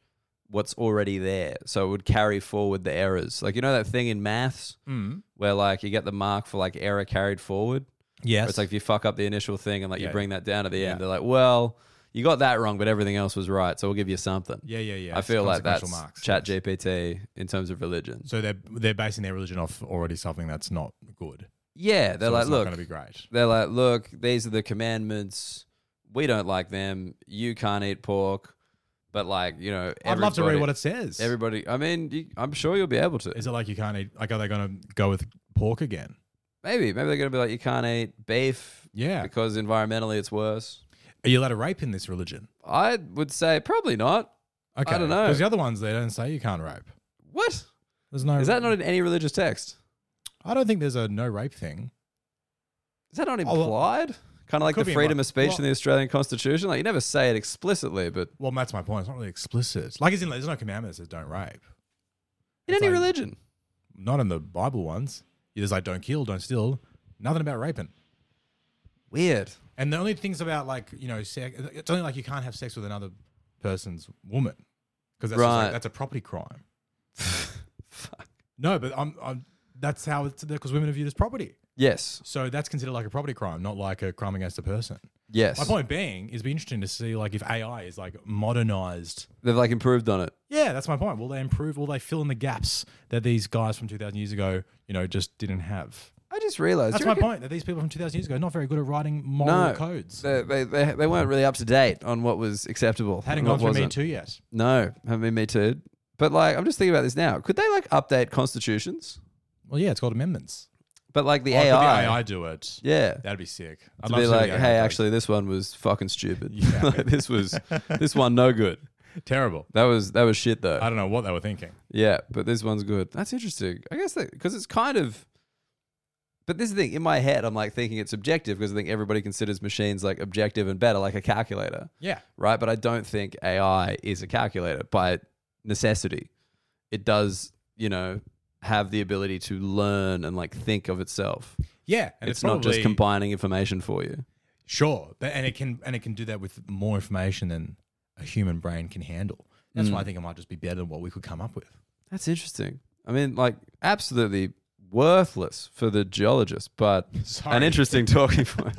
S1: what's already there. So it would carry forward the errors. Like, you know, that thing in maths
S2: Mm.
S1: where, like, you get the mark for, like, error carried forward? Where
S2: Yes,
S1: It's like if you fuck up the initial thing and, like,
S2: Yeah.
S1: you bring that down at the
S2: Yeah.
S1: end, they're like, well, you got that wrong, but everything else was right. So we'll give you something.
S2: yeah, yeah, yeah.
S1: I feel like that's
S2: Consequential
S1: chat GPT in terms of religion.
S2: So they're they're basing their religion off already something that's not good.
S1: Yeah, they're
S2: so
S1: like,
S2: it's not
S1: look,
S2: going to be great.
S1: they're like, look, these are the commandments. We don't like them. You can't eat pork. But like, you know,
S2: I'd love to read
S1: everybody-
S2: what it says.
S1: Everybody, I mean, you, I'm sure you'll be able to.
S2: Is it like you can't eat? Like, are they going to go with pork again?
S1: Maybe, maybe they're gonna be like, you can't eat beef
S2: Yeah.
S1: because environmentally it's worse.
S2: Are you allowed to rape in this religion?
S1: I would say probably not.
S2: Okay.
S1: don't know.
S2: Because the other ones, they don't say you can't rape.
S1: What
S2: There's no.
S1: is that not in any religious text?
S2: I don't think there's a no rape thing.
S1: Is that not
S2: Oh, well,
S1: implied? kind of like
S2: could
S1: the
S2: be
S1: freedom
S2: implied.
S1: of speech
S2: Well-
S1: in the Australian Constitution. Like you never say it explicitly, but
S2: Well, that's my point. It's not really explicit. Like, it's in, there's no commandment that says don't rape.
S1: in
S2: It's
S1: any
S2: like-
S1: religion.
S2: Not in the Bible ones. There's like don't kill, don't steal. Nothing about raping.
S1: Weird.
S2: And the only things about like you know, sex, it's only like you can't have sex with another person's woman because that's, just, like,
S1: Right.
S2: that's a property crime. No, but I'm, I'm that's how it's because women are viewed as property.
S1: Yes.
S2: So that's considered like a property crime, not like a crime against a person.
S1: Yes.
S2: My point being is, it'd be interesting to see like if AI is like modernized.
S1: They've like improved on it.
S2: Yeah, that's my point. Will they improve? Will they fill in the gaps that these guys from 2,000 years ago, you know, just didn't have?
S1: I just realized.
S2: That's
S1: do you
S2: my
S1: reckon-
S2: point. That these people from 2,000 years ago are not very good at writing moral
S1: No.
S2: codes.
S1: They, they, they, they weren't really up to date on what was acceptable.
S2: Hadn't
S1: and
S2: gone
S1: what
S2: through Me
S1: wasn't.
S2: Too yet.
S1: No, haven't been me too. But like, I'm just thinking about this now. Could they like update constitutions?
S2: Well, yeah, it's called amendments.
S1: But like the
S2: Oh, could the
S1: AI,
S2: AI do it?
S1: yeah,
S2: That'd be sick. I'd
S1: to
S2: love
S1: be
S2: to see what
S1: like,
S2: the AI
S1: hey,
S2: does.
S1: actually, this one was fucking stupid. (laughs)
S2: Yeah.
S1: Like, this was this one no good.
S2: terrible.
S1: That was that was shit though.
S2: I don't know what they were thinking.
S1: Yeah, but this one's good. That's interesting. I guess because it's kind of. But this is the thing in my head, I'm like thinking it's subjective because I think everybody considers machines like objective and better, like a calculator.
S2: Yeah,
S1: right? But I don't think AI is a calculator by necessity. It does, you know, have the ability to learn and like think of itself.
S2: yeah, and
S1: it's not just
S2: probably-
S1: combining information for you.
S2: Sure, but, and it can and it can do that with more information than a human brain can handle. That's
S1: Mm.
S2: why I think it might just be better than what we could come up with.
S1: That's interesting. I mean, like, absolutely worthless for the geologist, but an
S2: Sorry.
S1: interesting
S2: (laughs)
S1: talking point.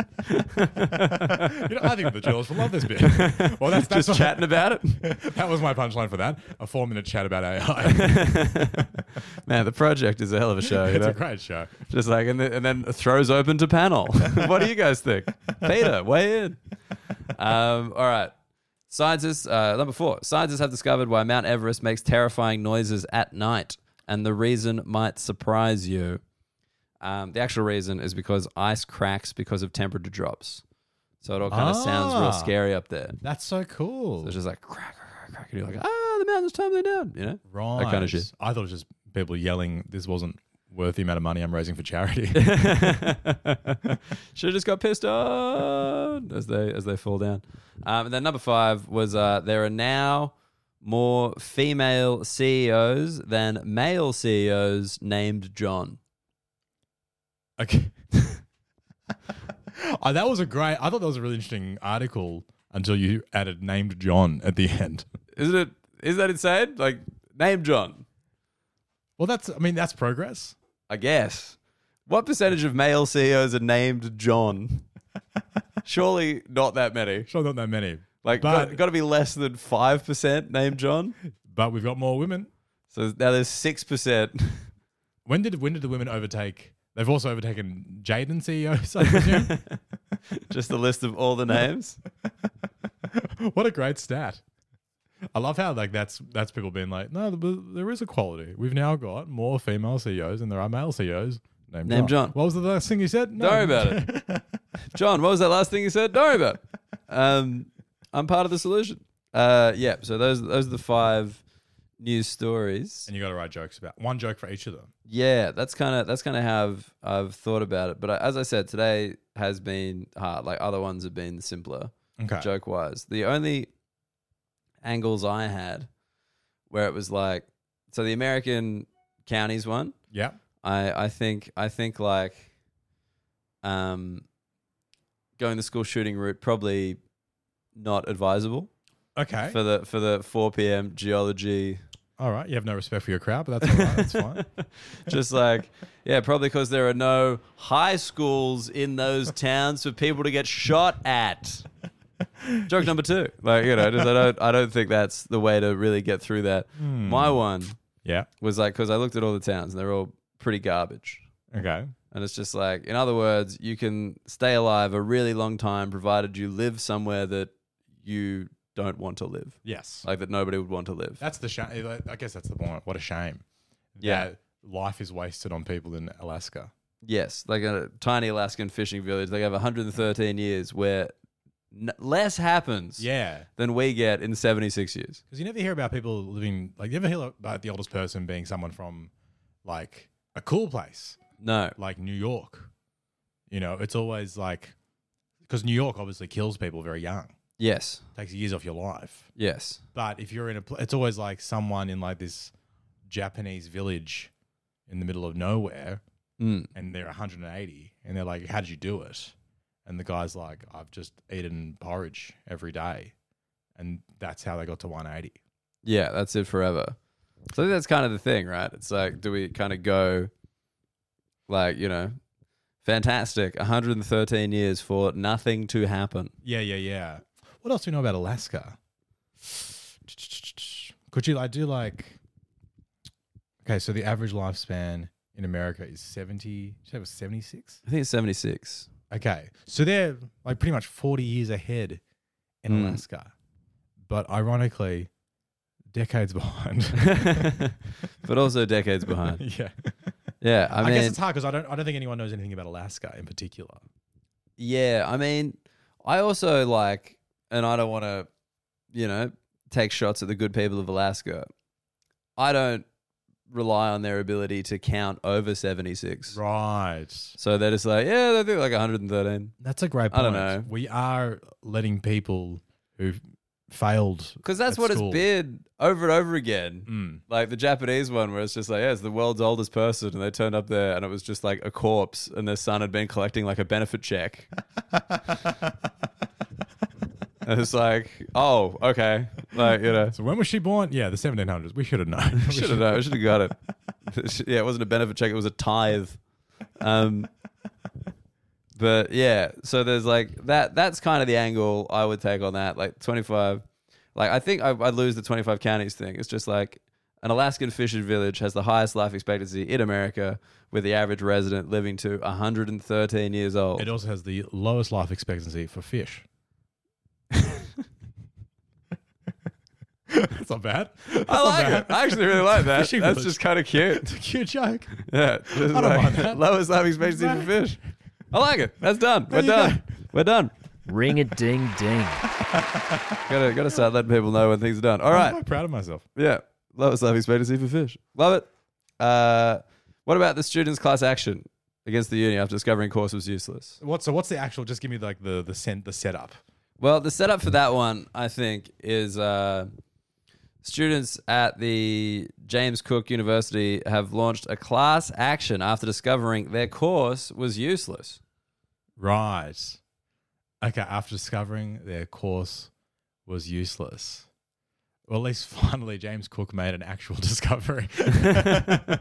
S2: You know, I think the jewelers will love
S1: (laughs)
S2: this bit. Well, that's that's
S1: just chatting about it.
S2: (laughs) that was my punchline for that. A four minute chat
S1: (laughs)
S2: about AI.
S1: Man, the project is a hell of a show. You
S2: (laughs) it's
S1: know?
S2: a great show.
S1: Just like, and, the, and then throws open to
S2: (laughs)
S1: panel. (laughs) what do you guys think? Peter, weigh in. Um, all right. Scientists, uh, number four, scientists have discovered why Mount Everest makes terrifying noises at night, and the reason might surprise you. Um, the actual reason is because ice cracks because of temperature drops. So it all kind of sounds
S2: Ah.
S1: real scary up there.
S2: That's so cool.
S1: It's just like crack, crack, crack, and you're like, ah, the mountain's tumbling down, you know?
S2: Right.
S1: That kind of shit.
S2: I thought it was just people yelling. This wasn't worth the amount of money I'm raising for
S1: (laughs)
S2: charity.
S1: Should have just got pissed on as they as they fall down. Um, and then number five was uh, there are now E more female CEOs than male CEOs E named John.
S2: Okay. Oh, that was a great. I thought that was a really interesting article until you added named John at the end.
S1: Isn't it? Is that insane? Like name John,
S2: Well, that's. I mean, that's progress.
S1: I guess. What percentage of male CEOs are named John? (laughs) Surely not that many.
S2: Sure, not that many,
S1: Like,
S2: But-
S1: got, got to be less than five percent named John.
S2: but we've got more women.
S1: So now there's six percent. (laughs)
S2: When did when did the women overtake? They've also overtaken Jaden CEOs. I presume.
S1: Just a list of all the names.
S2: what a great stat! I love how like that's that's people being like, no, there- there is equality. We've now got more female CEOs than there are male E CEOs. Named
S1: Named John.
S2: What was the last thing you said? No.
S1: Don't worry about it. John, what was that last thing you said? Don't worry about it. Um, I'm part of the solution. Uh, yeah. So those those are the five news stories.
S2: (laughs) And you got to write jokes about one joke for each of them.
S1: Yeah, that's kind of that's kind of how I've, I've thought about it. But I, as I said, today has been hard. Like other ones have been simpler,
S2: Okay.
S1: joke wise. The only angles I had where it was like, so the American counties one,
S2: Yeah.
S1: I I think I think like um going the school shooting route probably not advisable
S2: Okay.
S1: for the for the 4 p.m. geology
S2: all right. You have no respect for your crowd, but that's all right. That's fine.
S1: just like yeah probably because there are no high schools in those towns for people to get shot at joke number two like you know just, i don't i don't think that's the way to really get through that my one
S2: Yeah.
S1: was like because i looked at all the towns and they're all pretty garbage
S2: Okay.
S1: And it's just like, in other words, you can stay alive a really long time provided you live somewhere that you don't want to live,
S2: Yes.
S1: like that nobody would want to live.
S2: That's the shame. I guess that's the point. What a shame.
S1: Yeah.
S2: that life is wasted on people in Alaska.
S1: Yes, like a tiny Alaskan fishing village. They have 113 years where n- less happens
S2: Yeah.
S1: than we get in 76 years.
S2: Because you never hear about people living, like, you never hear about the oldest person being someone from, like, a cool place,
S1: No.
S2: like New York. You know, it's always like, because New York obviously kills people very young,
S1: Yes.
S2: takes years off your life.
S1: Yes.
S2: But if you're in a, pl- it's always like someone in like this Japanese village in the middle of nowhere,
S1: Mm.
S2: and they're 180, and they're like, "How did you do it?" And the guy's like, "I've just eaten porridge every day," and that's how they got to 180.
S1: Yeah, that's it forever. So I think that's kind of the thing, right? It's like, do we kind of go, like, you know, fantastic, 113 years for nothing to happen?
S2: Yeah, yeah, yeah. What else do we know about Alaska? Could you? I do like. Okay, so the average lifespan in America is 70. That was 76.
S1: I think it's
S2: (laughs)
S1: 76.
S2: Okay. So they're like pretty much 40 years ahead in
S1: Mm.
S2: Alaska, but ironically, decades (laughs) behind.
S1: but also decades behind.
S2: yeah.
S1: Yeah,
S2: I,
S1: I mean,
S2: guess it's hard because I don't, I don't think anyone knows anything about Alaska in particular.
S1: yeah, I mean, I also like, and I don't want to, you know, take shots at the good people of Alaska. I don't rely on their ability to count over 76.
S2: Right.
S1: So they're just like, yeah, they do like 113.
S2: That's a great
S1: I
S2: point.
S1: don't know.
S2: We are letting people who failed.
S1: Because that's
S2: At
S1: what
S2: school.
S1: it's been over and over again.
S2: Mm.
S1: Like the Japanese one, where it's just like, yeah, it's the world's oldest person. And they turned up there and it was just like a corpse, and their son had been collecting like a benefit
S2: (laughs)
S1: check. and it's like, oh, okay. Like, you know,
S2: So when was she born? Yeah, the 1700s. We should
S1: (laughs)
S2: have known. We
S1: should have known, should have uh, got it. yeah, it wasn't a benefit check, it was a tithe. Um, but yeah, so there's like that. That's kind of the angle I would take on that. Like 25, like I think I, I lose the 25 counties thing. It's just like an Alaskan fishing village has the highest life expectancy in America, with the average resident living to 113 years old.
S2: It also has the lowest life expectancy
S1: (laughs)
S2: for fish. That's not bad. That's
S1: I
S2: not
S1: like
S2: bad.
S1: it. I actually really
S2: (laughs)
S1: like that.
S2: Fishing
S1: That's
S2: village.
S1: just kind of cute.
S2: It's a cute joke.
S1: (laughs) Yeah, just
S2: I don't
S1: like
S2: mind that.
S1: (laughs) lowest life expectancy for
S2: Right.
S1: fish. I like it. That's done. We're
S2: you go.
S1: done. We're done.
S3: Ring a ding ding.
S1: Gotta gotta start letting people know when things are done. All
S2: I'm
S1: right.
S2: quite proud of myself.
S1: Yeah. Lowest life expectancy for fish. Love it. Uh, what about the students' class action against the uni after discovering course was useless?
S2: What? So what's the actual? Just give me like the the sen- the setup.
S1: Well, the setup for that one, I think, is uh, Students at the James Cook University have launched a class action after discovering their course was useless.
S2: Right. Okay, after discovering their course was useless. Well, at least (laughs) finally, James Cook made an actual (laughs) discovery.
S1: The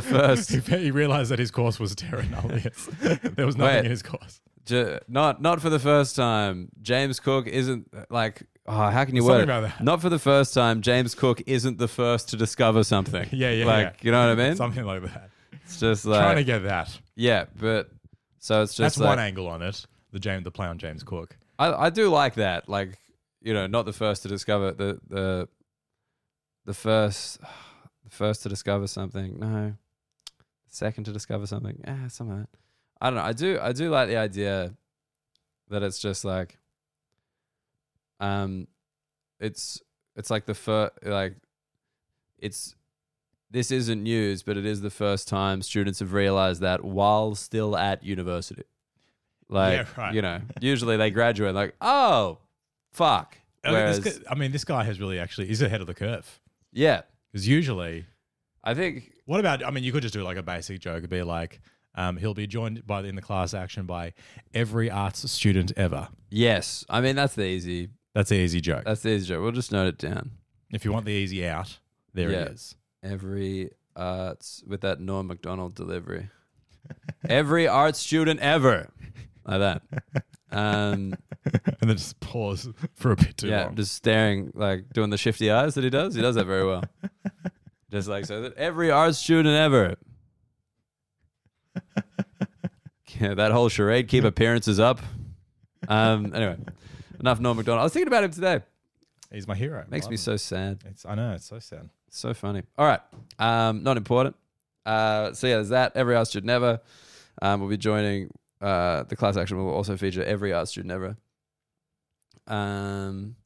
S1: first,
S2: he, (laughs) he realized that his course was terra nullius. (laughs) there was nothing
S1: Wait.
S2: in his course.
S1: ju- not not for the first time, James Cook isn't like. Oh, how can you
S2: Something
S1: word it?
S2: about that.
S1: Not for the first time, James Cook isn't the first to discover something.
S2: (laughs) Yeah, yeah,
S1: Like
S2: yeah.
S1: you know what I mean?
S2: Something like that.
S1: it's just like
S2: Trying to get that.
S1: yeah, but so it's just
S2: That's
S1: like,
S2: one angle on it. The James, the play on James Cook.
S1: I, I do like that. Like, you know, not the first to discover the the the first the first to discover something. No. Second to discover something. Ah, some of that. I don't know. I do I do like the idea that it's just like um it's it's like the first like it's this isn't news, but it is the first time students have realized that while still at university. Like
S2: Yeah, right.
S1: you know, usually they graduate like, oh fuck.
S2: I mean, this
S1: Whereas,
S2: guy- I mean, this guy has really actually is ahead of the curve
S1: yeah,
S2: because usually
S1: I think
S2: What about? I mean, you could just do like a basic joke. It'd be like, um, he'll be joined by in the class action by every arts student ever.
S1: yes. I mean that's the easy
S2: That's the easy joke.
S1: that's the easy joke. We'll just note it down.
S2: if you want the easy out, there
S1: Yeah.
S2: it is. (laughs)
S1: Every arts with that Norm Macdonald delivery. Every art student ever. Like that. Um,
S2: and then just pause (laughs) for a bit too
S1: yeah,
S2: long.
S1: just staring, like doing the shifty eyes that he does. He does that very
S2: (laughs)
S1: well. just like so that every art student
S2: (laughs)
S1: ever. Yeah, that whole charade, keep appearances up. Um, anyway, enough Norm Macdonald. I was thinking about him today.
S2: He's my hero.
S1: Makes
S2: Love
S1: me
S2: him.
S1: so sad.
S2: It's, I know it's so sad.
S1: So funny. All right. Um, not important. Uh, so yeah, there's that. Every art student ever. Um, we'll be joining uh, the class action. will also feature every art student ever. Um,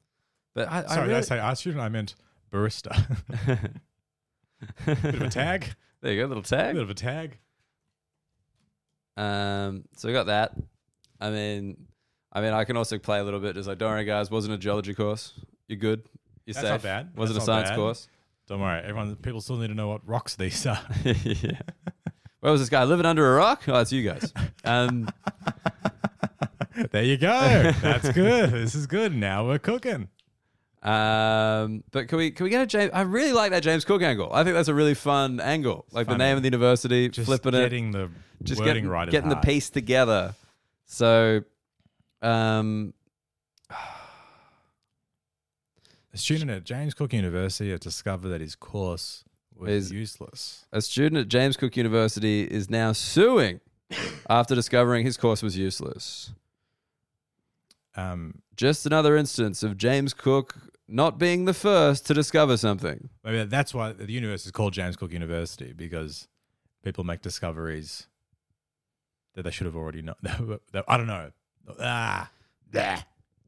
S1: but I,
S2: Sorry,
S1: I really,
S2: did I say art student? I meant barista. (laughs) bit of a tag.
S1: (laughs) there you go, little
S2: A bit
S1: tag.
S2: of a tag.
S1: Um, so we got that. I mean, I mean, I can also play a little bit. Just like, don't worry, guys, wasn't a geology course. You're good. You're
S2: That's
S1: safe.
S2: not bad.
S1: Wasn't
S2: That's
S1: a
S2: not
S1: science
S2: bad.
S1: course. (laughs)
S2: Don't worry, everyone. People still need to know what rocks these are. (laughs)
S1: yeah. Where was this guy living under a rock? Oh, that's you guys.
S2: (laughs)
S1: Um,
S2: there you go. That's
S1: (laughs)
S2: good. this is good. Now we're cooking.
S1: Um, but can we can we get a James? I really like that James Cook angle. I think that's a really fun angle, like the
S2: funny.
S1: name of the university,
S2: Just
S1: flipping it,
S2: getting the
S1: just
S2: wording
S1: getting,
S2: right. is
S1: getting the
S2: hard.
S1: piece together. So, um,
S2: A student at James Cook University has discovered that his course was
S1: Is-
S2: useless.
S1: a student at James Cook University is now suing after discovering his course was useless.
S2: Um,
S1: Just another instance of James Cook not being the first to discover something.
S2: maybe that's why the universe is called James Cook University because people make discoveries that they should have already (laughs) known. I don't know. Ah, blah.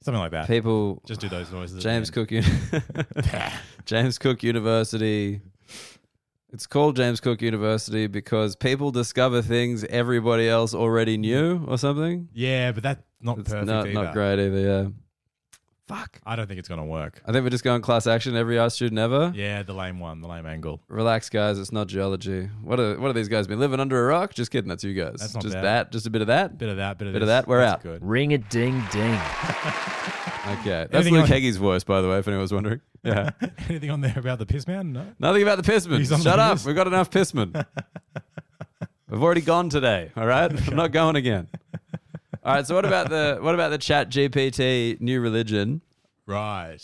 S2: something like that.
S1: People,
S2: Just do those noises. at the
S1: James
S2: end.
S1: Cook, Uni- (laughs) James Cook University. It's called James Cook University because people discover things everybody else already knew or something.
S2: Yeah, but that's not
S1: It's
S2: perfect
S1: not,
S2: either.
S1: not great either. Yeah. (laughs) Fuck.
S2: I don't think it's gonna work.
S1: I think we're just going class action every art student ever.
S2: Yeah, the lame one, the lame angle.
S1: Relax, guys. It's not geology. What are, what are these guys been living under a rock? Just kidding. That's you guys.
S2: That's not
S1: just
S2: bad.
S1: that. Just a bit of that.
S2: Bit of that, bit of
S1: Bit of
S2: this.
S1: that, we're
S2: That's
S1: out.
S2: Good. (laughs)
S3: Ring a ding ding.
S1: Okay. That's
S2: Anything
S1: Luke
S2: on-
S1: Heggie's voice, by the way, if anyone was
S2: (laughs)
S1: wondering. Yeah.
S2: Anything on there about the piss man? No.
S1: (laughs) Nothing about the pissman.
S2: He's on
S1: Shut
S2: the
S1: up.
S2: list.
S1: We've got enough
S2: (laughs)
S1: pissman. We've already gone today. All right. I'm not going again. All right. So what about
S2: (laughs)
S1: the what about the Chat GPT new religion?
S2: Right.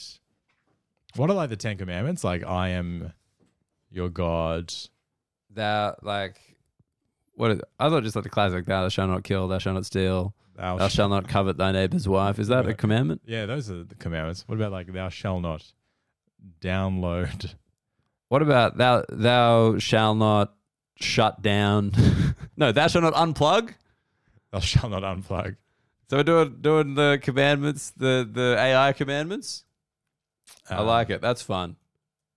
S2: What are like the Ten Commandments? Like, I am your God.
S1: That like what is, I thought just like the classic thou shalt not kill, thou shalt not steal,
S2: Thou
S1: thou
S2: Oh, sh-
S1: shalt not covet thy neighbor's wife. Is that a commandment?
S2: yeah, those are the commandments. What about like, thou shall not download? (laughs)
S1: What about thou thou shalt not shut down? (laughs) no, thou shalt not unplug.
S2: Thou shall not unplug.
S1: So we're doing doing the commandments, the the AI commandments. I
S2: Um,
S1: like it. That's fun.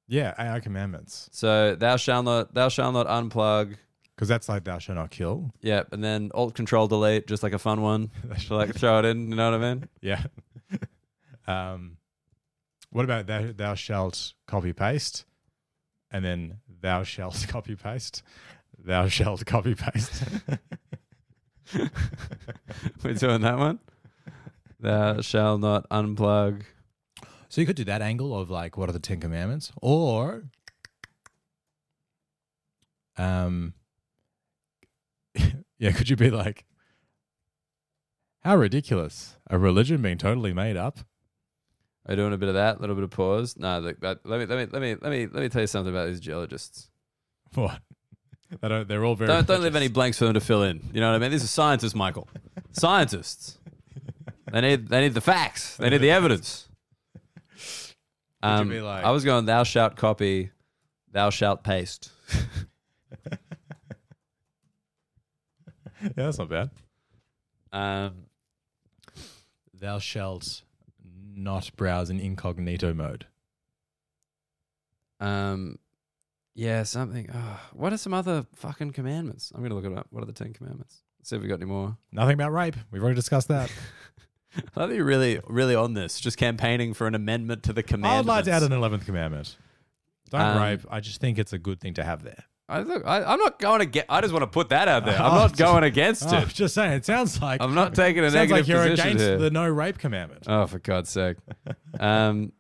S2: Yeah, AI commandments.
S1: So thou shalt not thou shalt not unplug.
S2: Because that's like, thou shall not kill. (laughs)
S1: Yep, and then Alt Control Delete, just like a fun one.
S2: Thou
S1: To like throw it in, you know what I mean?
S2: Yeah. (laughs) um, What about thou, thou shalt copy paste? And then thou shalt (laughs) copy paste. Thou shalt copy paste.
S1: (laughs) We're doing that one. Thou shall not unplug.
S2: so you could do that angle of like, what are the Ten Commandments? Or, um, (laughs) yeah, could you be like, how ridiculous a religion being totally made up? (laughs)
S1: Are you doing a bit of that? A little bit of pause. No, look, that, let me let me let me let me let me tell you something about these geologists.
S2: What? They don't, they're all very.
S1: Don't don't leave any
S2: religious.
S1: blanks for them to fill in. You know what I mean? These are scientists, Michael. scientists. They need they need the facts. They need the evidence.
S2: you
S1: Um,
S2: be like-
S1: I was going. Thou shalt copy. Thou shalt paste.
S2: (laughs) Yeah, that's not bad.
S1: Um,
S2: Thou shalt not browse in incognito mode.
S1: um, yeah, something. ah, what are some other fucking commandments? I'm gonna look it up. What are the Ten Commandments? Let's see if we got any more.
S2: Nothing about rape. We've already discussed
S1: (laughs)
S2: that.
S1: I love you really, really on this, just campaigning for an amendment to the
S2: I would
S1: commandments.
S2: like to add an eleventh commandment. Don't
S1: Um,
S2: rape. I just think it's a good thing to have there.
S1: I, look, I, I'm not going to get. I just want to put that out there. I'm
S2: (laughs) Oh,
S1: not
S2: just-
S1: going against
S2: Oh,
S1: it.
S2: just saying. It sounds like
S1: I'm not taking a
S2: sounds
S1: negative
S2: like you're
S1: position
S2: against
S1: here.
S2: the no rape commandment.
S1: Oh, for God's sake.
S2: (laughs)
S1: Um,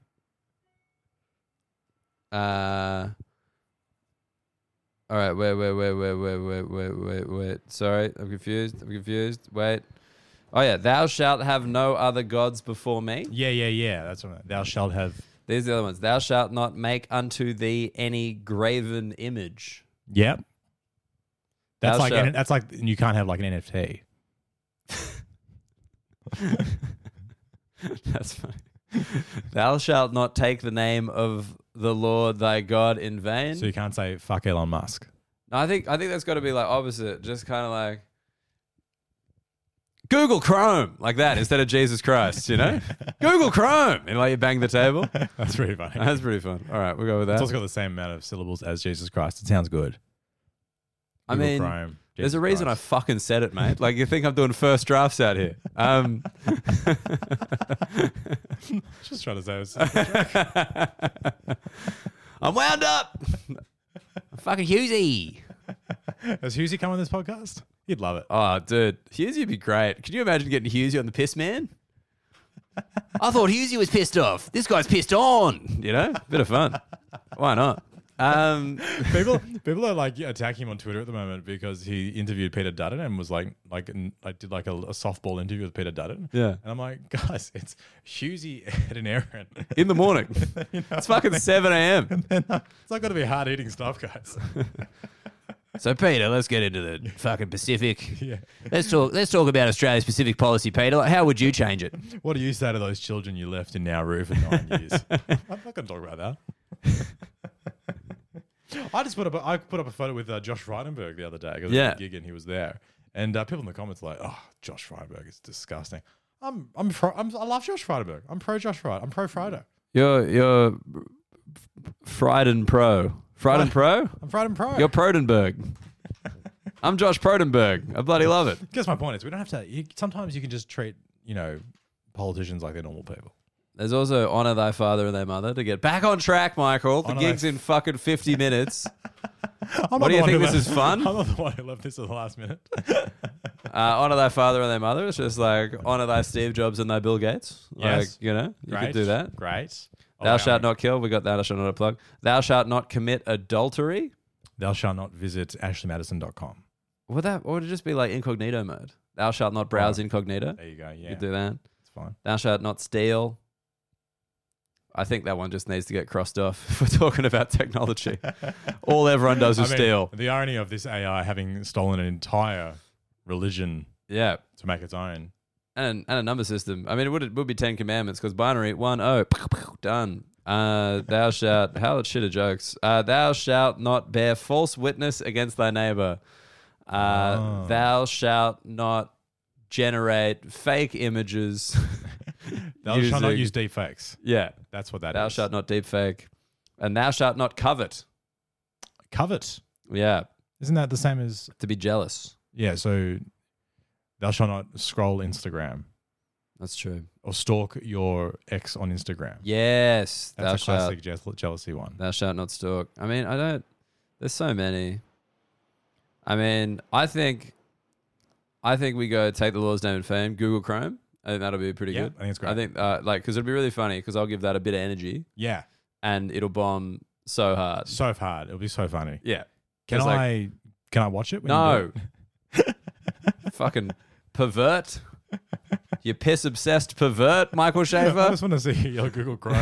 S1: uh, all right, wait, wait, wait, wait, wait, wait, wait, wait, wait. Sorry, I'm confused. I'm confused. Wait. Oh, yeah. Thou shalt have no other gods before me.
S2: yeah, yeah, yeah. That's what. I- Thou shalt have.
S1: These are the other ones. Thou shalt not make unto thee any graven image. (laughs)
S2: Yep. That's
S1: Thou
S2: like
S1: shalt-
S2: and that's like you can't have like an NFT.
S1: That's funny. (laughs) Thou shalt not take the name of the Lord thy God in vain.
S2: So you can't say fuck Elon Musk.
S1: No, I think I think that's got to be like opposite, just kind of like Google Chrome, like that instead of Jesus Christ, you know? Google Chrome, and like you bang the table.
S2: (laughs) That's pretty funny.
S1: That's pretty fun. All right, we'll go with
S2: it's
S1: that.
S2: also got the same amount of syllables as Jesus Christ. It sounds good.
S1: I
S2: Google
S1: mean,
S2: Chrome,
S1: there's a
S2: Jesus
S1: reason I
S2: Christ.
S1: fucking said it, mate. Like you think I'm doing first drafts out here? Um,
S2: just trying to say. it's-
S1: I'm wound up. (laughs) I'm fucking Husey.
S2: Has Husey come on this podcast? He'd love it.
S1: Oh, dude, Husey'd be great. Could you imagine getting Husey on the piss man? I thought Husey was pissed off. This guy's pissed on. You know, bit of fun. Why not? Um,
S2: people people are like attacking him on Twitter at the moment because he interviewed Peter Dutton and was like like n- like did like a, a softball interview with Peter Dutton.
S1: Yeah.
S2: and I'm like, (laughs) guys, it's Husey Ed and Aaron. (laughs)
S1: in the morning,
S2: You know
S1: it's fucking seven
S2: (laughs)
S1: a.m.
S2: it's not going to be hard eating stuff, guys.
S1: So Peter, let's get into the fucking Pacific.
S2: yeah.
S1: Let's talk. Let's talk about Australia's Pacific policy, Peter. Like, how would you change it?
S2: What do you say to those children you left in Nauru for
S1: (laughs)
S2: nine years? I'm not going to talk about that. I just put up a, I put up a photo with uh, Josh Frydenberg the other day because
S1: Yeah.
S2: I did a gig and he was there, and uh, people in the comments were like, "Oh, Josh Frydenberg is disgusting." I'm I'm pro I'm, I love Josh Frydenberg. I'm pro Josh Frydenberg. I'm pro Friday.
S1: You're you're fried and pro. Fried and pro.
S2: I'm Friday pro.
S1: You're Prodenberg. I'm Josh Prodenberg. I bloody love it.
S2: Guess my point is we don't have to. You, sometimes you can just treat you know politicians like they're normal people.
S1: There's also honor thy father and thy mother to get back on track, Michael. The
S2: Honor
S1: gig's
S2: thy-
S1: in fucking
S2: (laughs)
S1: 50 minutes. What
S2: I'm not
S1: do you
S2: the one
S1: think
S2: who
S1: this
S2: left-
S1: is fun?
S2: (laughs) I'm not the one who left this at the last minute.
S1: Uh, honor thy father and thy mother. It's just like honor thy Steve Jobs and thy Bill Gates. Like,
S2: Yes.
S1: you know, you could do that.
S2: Great.
S1: Thou
S2: Allow
S1: shalt
S2: me.
S1: not kill. We got that. I shall not plug. Thou shalt not commit adultery.
S2: thou shalt not visit ashleymadison.com.
S1: Would that, or would it just be like incognito mode? Thou shalt not browse incognito.
S2: There you go.
S1: You
S2: Yeah,
S1: could do that.
S2: it's fine.
S1: Thou shalt not steal. I think that one just needs to get crossed off (laughs) if we're talking about
S2: (laughs)
S1: technology. All everyone does
S2: I
S1: is
S2: mean,
S1: steal.
S2: The irony of this AI having stolen an entire religion
S1: Yeah.
S2: to make its own.
S1: and and a number system. I mean, it would it would be ten commandments because binary one oh (laughs) done. Uh, thou shalt how shit of jokes. Uh, thou shalt not bear false witness against thy neighbor. Uh,
S2: Oh.
S1: Thou shalt not generate fake images. (laughs)
S2: Thou shalt not
S1: using-
S2: use deep fakes.
S1: yeah.
S2: That's what that
S1: Thou
S2: is.
S1: shalt not deep fake, and thou shalt not covet.
S2: covet.
S1: Yeah,
S2: Isn't that the same as
S1: to be jealous.
S2: yeah? So thou shalt not scroll Instagram.
S1: That's true.
S2: or stalk your ex on Instagram.
S1: Yes, thou
S2: That's a
S1: shalt,
S2: classic je- jealousy one.
S1: thou shalt not stalk. I mean, I don't. There's so many. I mean, I think, I think we go take the Lord's name and fame. Google Chrome. I think that'll be pretty
S2: Yeah,
S1: good.
S2: I think it's great.
S1: I think uh, like because it'll be really funny because I'll give that a bit of energy
S2: Yeah,
S1: and it'll bomb so hard.
S2: so hard. It'll be so funny.
S1: Yeah.
S2: Can
S1: 'Cause, like,
S2: I? Can I watch it? when you do
S1: No. (laughs)
S2: it? (laughs)
S1: Fucking pervert. You piss obsessed pervert, Michael
S2: (laughs) I
S1: Schaefer.
S2: just want to see your
S1: (laughs)
S2: Google Chrome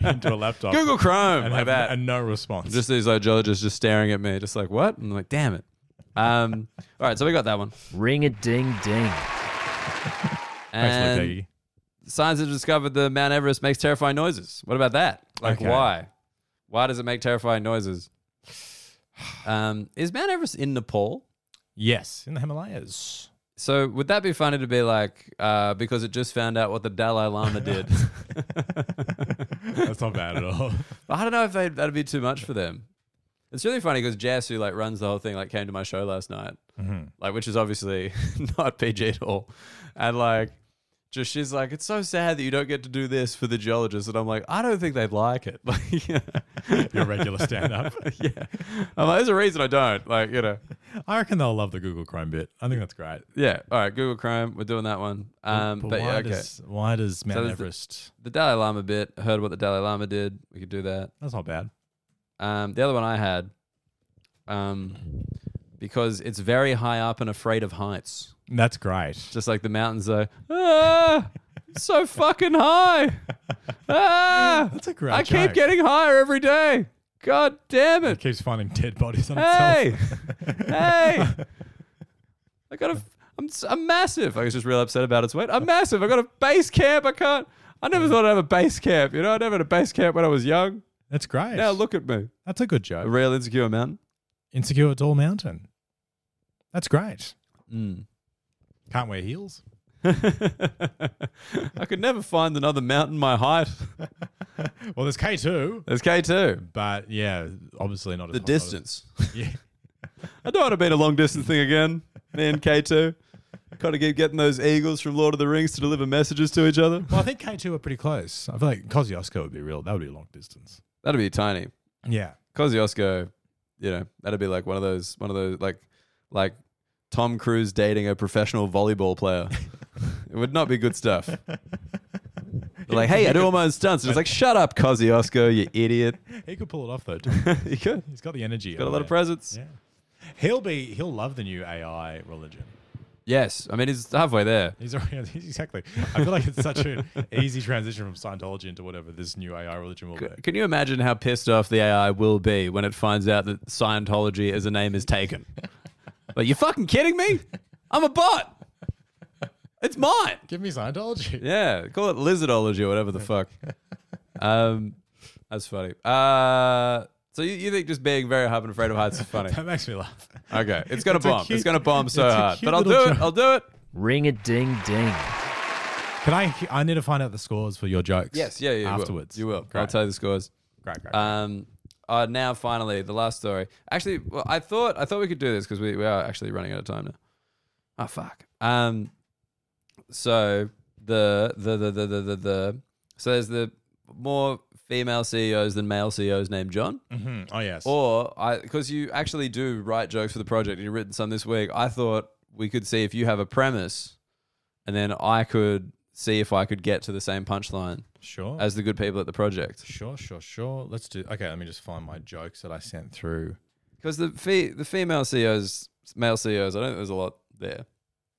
S2: into a laptop.
S1: Google Chrome.
S2: and
S1: like
S2: have
S1: that.
S2: and no response.
S1: just these like geologists uh, just staring at me, just like, what? And I'm like, damn it. Um, all right, so we got that one.
S3: Ring a ding ding.
S2: Thanks, Luke
S1: And
S2: Hagee.
S1: science has discovered the Mount Everest makes terrifying noises. What about that? Like,
S2: Okay.
S1: why? Why does it make terrifying noises? Um, is Mount Everest in Nepal?
S2: yes, in the Himalayas.
S1: So would that be funny to be like, uh, because it just found out what the Dalai Lama
S2: (laughs)
S1: did?
S2: That's not bad at (laughs) all.
S1: I don't know if they'd, that'd be too much for them. It's really funny because Jess, who like runs the whole thing, like came to my show last night, like which is obviously (laughs) not PG at all, and like just she's like, it's so sad that you don't get to do this for the geologists, and I'm like, I don't think they'd like it. (laughs) Like, yeah.
S2: Your regular stand (laughs) up.
S1: I'm like, there's a reason I don't. Like, you know,
S2: I reckon they'll love the Google Chrome bit. I think that's great.
S1: yeah. All right, Google Chrome, we're doing that one. Um, but,
S2: why
S1: yeah, okay.
S2: does why does Mount
S1: there's the-
S2: Everest?
S1: the Dalai Lama bit. I heard what the Dalai Lama did. We could do that.
S2: That's not bad.
S1: Um, the other one I had, um, because it's very high up and afraid of heights.
S2: That's great.
S1: Just like the mountains are, ah, so fucking high. Ah,
S2: That's a great.
S1: I keep
S2: joke.
S1: getting higher every day. God damn
S2: It (laughs)
S1: it.
S2: keeps finding dead bodies on itself.
S1: Hey, hey.
S2: (laughs)
S1: I got a, I'm, s- I'm massive. I was just real upset about its weight. I'm massive. I got a base camp. I can't, I never thought I'd have a base camp. You know, I never had a base camp when I was young.
S2: That's great.
S1: Now look at me.
S2: that's a
S1: A
S2: good joke.
S1: real insecure mountain. (laughs)
S2: Insecure at All Mountain. That's great.
S1: Mm.
S2: Can't wear heels.
S1: I could never find another mountain my height.
S2: Well, there's K two,
S1: There's K2.
S2: but yeah, obviously not
S1: The
S2: as hot- not as-
S1: distance.
S2: (laughs) Yeah.
S1: I don't want to be in a long distance thing again. Me and K2. Got to keep getting those eagles from Lord of the Rings to deliver messages to each other.
S2: Well, I think K two are pretty close. I feel like Kosciuszko would be real. That would be a long distance.
S1: That'd be tiny.
S2: Yeah.
S1: Kosciuszko, you know, that'd be like one of those, one of those, like, like Tom Cruise dating a professional volleyball player. (laughs) it would not be good stuff. They're like, hey, I do all my own stunts. And it's like, shut up, Kosciuszko, you idiot. (laughs)
S2: He could pull it off though. Too.
S1: you could.
S2: He's got the energy.
S1: Got a lot of presence.
S2: Yeah. He'll be. He'll love the new AI religion.
S1: Yes, I mean he's halfway there.
S2: He's already (laughs) exactly. I feel like it's such an easy transition from Scientology into whatever this new AI religion will be.
S1: Can you imagine how pissed off the AI will be when it finds out that Scientology as a name is taken?
S2: (laughs)
S1: like you fucking kidding me? I'm a bot. It's mine.
S2: Give me Scientology.
S1: Yeah, call it lizardology or whatever the fuck. Um, that's funny. Uh, so you, you think just being very hype and afraid of heights is
S2: (laughs)
S1: funny?
S2: (laughs) That makes me laugh.
S1: Okay, it's gonna
S2: It's a
S1: bomb.
S2: cute-
S1: it's gonna bomb so
S2: it's a
S1: hard.
S2: cute
S1: But I'll do
S2: little
S1: it.
S2: joke.
S1: I'll do it.
S3: Ring a ding ding.
S2: Can I? I need to find out the scores for your jokes.
S1: Yes, yeah, yeah.
S2: afterwards,
S1: you will.
S2: Great.
S1: I'll tell you the scores.
S2: great, great.
S1: Um, uh, now finally the last story. Actually, well, I thought I thought we could do this because we, we are actually running out of time now. Oh fuck. Um, so the the the the the the, the so there's the more female CEOs than male CEOs named John,
S2: hmm Oh yes.
S1: or I because you actually do write jokes for the project. and You've written some this week. I thought we could see if you have a premise, and then I could see if I could get to the same punchline
S2: sure.
S1: as the good people at the project.
S2: sure. Sure. Sure. Let's do. Okay. Let me just find my jokes that I sent through.
S1: Because the fe- the female CEOs, male CEOs, I don't think there's a lot there.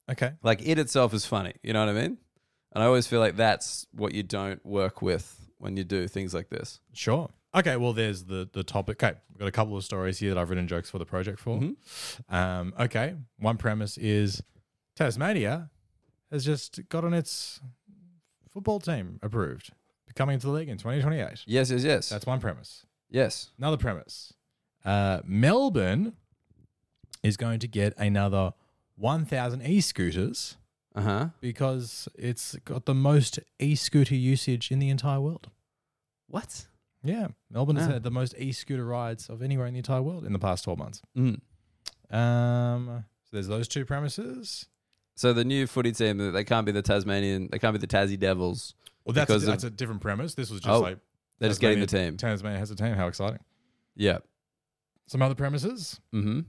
S2: Okay.
S1: Like it itself is funny, you know what I mean? And I always feel like that's what you don't work with when you do things like this.
S2: Sure. Okay. Well, there's the the topic. Okay, we've got a couple of stories here that I've written jokes for the project for.
S1: Mm-hmm.
S2: Um, okay. One premise is Tasmania has just gotten its football team approved, coming into the league in 2028.
S1: Yes, yes, yes,
S2: That's one premise.
S1: yes.
S2: Another premise. Uh, Melbourne is going to get another 1,000 e-scooters
S1: Uh huh.
S2: because it's got the most e-scooter usage in the entire world.
S1: What?
S2: Yeah, Melbourne has
S1: Yeah.
S2: had the most e-scooter rides of anywhere in the entire world in the past 12 months.
S1: Mm.
S2: Um, so there's those two premises.
S1: So the new footy team, they can't be the Tasmanian, they can't be the Tassie Devils.
S2: Well, that's, a,
S1: because of-
S2: that's a different premise. This was just
S1: Oh,
S2: like
S1: They're just getting the team.
S2: Tasmania has a team. How exciting!
S1: Yeah.
S2: Some other premises.
S1: Mm-hmm.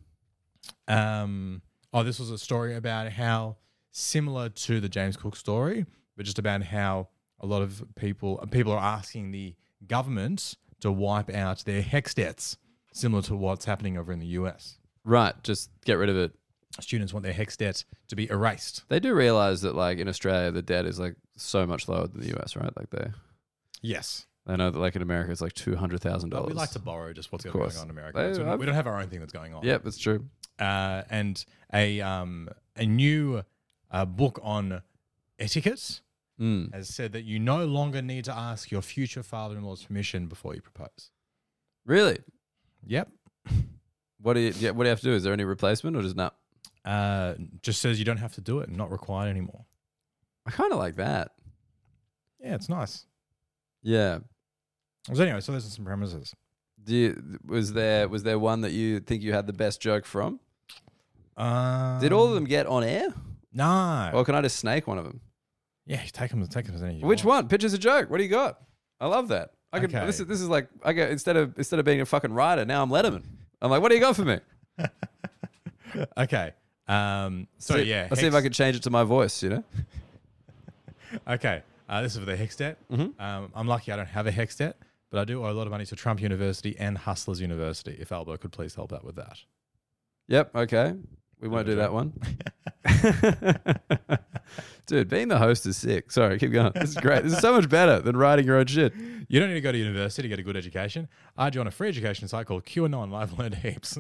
S2: Um, oh, this was a story about how similar to the James Cook story, but just about how a lot of people people are asking the government to wipe out their hex debts, similar to what's happening over in the US.
S1: Right. Just get rid of it.
S2: Students want their hex debt to be erased.
S1: They do realize that, like in Australia, the debt is like so much lower than the US, right? Like they,
S2: Yes,
S1: they know that, like in America, it's like two hundred thousand
S2: but
S1: dollars.
S2: we like to borrow just what's going
S1: course.
S2: on in America.
S1: They-
S2: That's what-
S1: I've-
S2: we don't have our own thing that's going on.
S1: Yep, it's true.
S2: uh, and a um, a new uh, book on etiquette
S1: Mm.
S2: has said that you no longer need to ask your future father-in-law's permission before you propose.
S1: Really?
S2: Yep.
S1: What do you? Yeah, what do you have to do? Is there any replacement or just not?
S2: Uh, just says you don't have to do it, not required anymore.
S1: I kind of like that.
S2: Yeah, it's nice.
S1: Yeah.
S2: So anyway, so those are some premises.
S1: Do you, was there was there one that you think you had the best joke from?
S2: Um,
S1: Did all of them Oh. get on air?
S2: No.
S1: Or can I just snake one of them?
S2: yeah, you take them, take them as any. you
S1: Which
S2: want.
S1: one? Pitcher's a joke. What do you got? I love that. I could,
S2: Okay.
S1: this, is, this is like I get instead of instead of being a fucking writer, now I'm Letterman. I'm like, what do you got for me?
S2: Okay. Um. So
S1: See-
S2: yeah.
S1: Let's see if I
S2: hex-
S1: can change it to my voice, you know?
S2: Okay. Uh, this is for the hex debt.
S1: Mm-hmm.
S2: Um, I'm lucky I don't have a hex debt, but I do owe a lot of money to Trump University and Hustlers University. If Albo could please help out with that.
S1: Yep, okay. We won't do that one. (laughs) Dude, being the host is sick. Sorry, keep going. This is great. This is so much better than writing your own shit. (laughs)
S2: You don't need to go to university to get a good education. I joined a free education site called QAnon and I've learned heaps.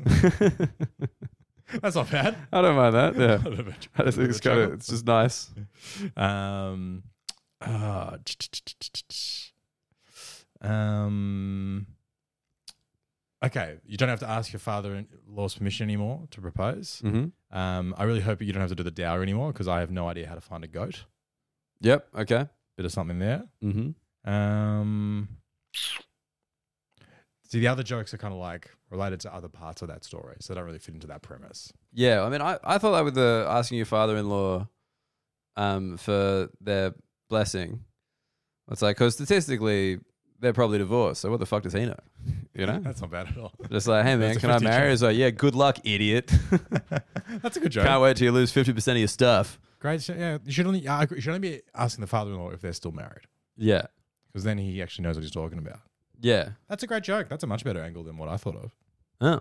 S2: (laughs) That's not bad.
S1: I don't mind that.
S2: (laughs)
S1: Yeah. (laughs)
S2: Bit of a-
S1: I just think
S2: bit
S1: it's
S2: of
S1: kind
S2: a
S1: of it's just nice.
S2: chuckle. Um, ah, tch, tch, tch, tch, tch. um, okay. You don't have to ask your father-in-law's permission anymore to propose.
S1: hmm
S2: Um, I really hope you don't have to do the dower anymore because I have no idea how to find a goat.
S1: Yep. Okay.
S2: Bit of something there.
S1: hmm
S2: Um, see, the other jokes are kind of like related to other parts of that story, so they don't really fit into that premise.
S1: Yeah. I mean, I, I thought that with the asking your father-in-law, um, for their blessing, it's like because statistically they're probably divorced. So what the fuck does he know? You know,
S2: That's not bad at all. (laughs)
S1: just like, hey man,
S2: a
S1: can I
S2: 50
S1: marry?
S2: joke.
S1: It's like, yeah, good luck, idiot. (laughs)
S2: That's a good joke.
S1: Can't wait till you lose fifty percent of your stuff.
S2: Great. so- Yeah, you should only I agree, you should only be asking the father-in-law if they're still married
S1: Yeah.
S2: because then he actually knows what he's talking about.
S1: Yeah.
S2: That's a great joke. That's a much better angle than what I thought of.
S1: Oh.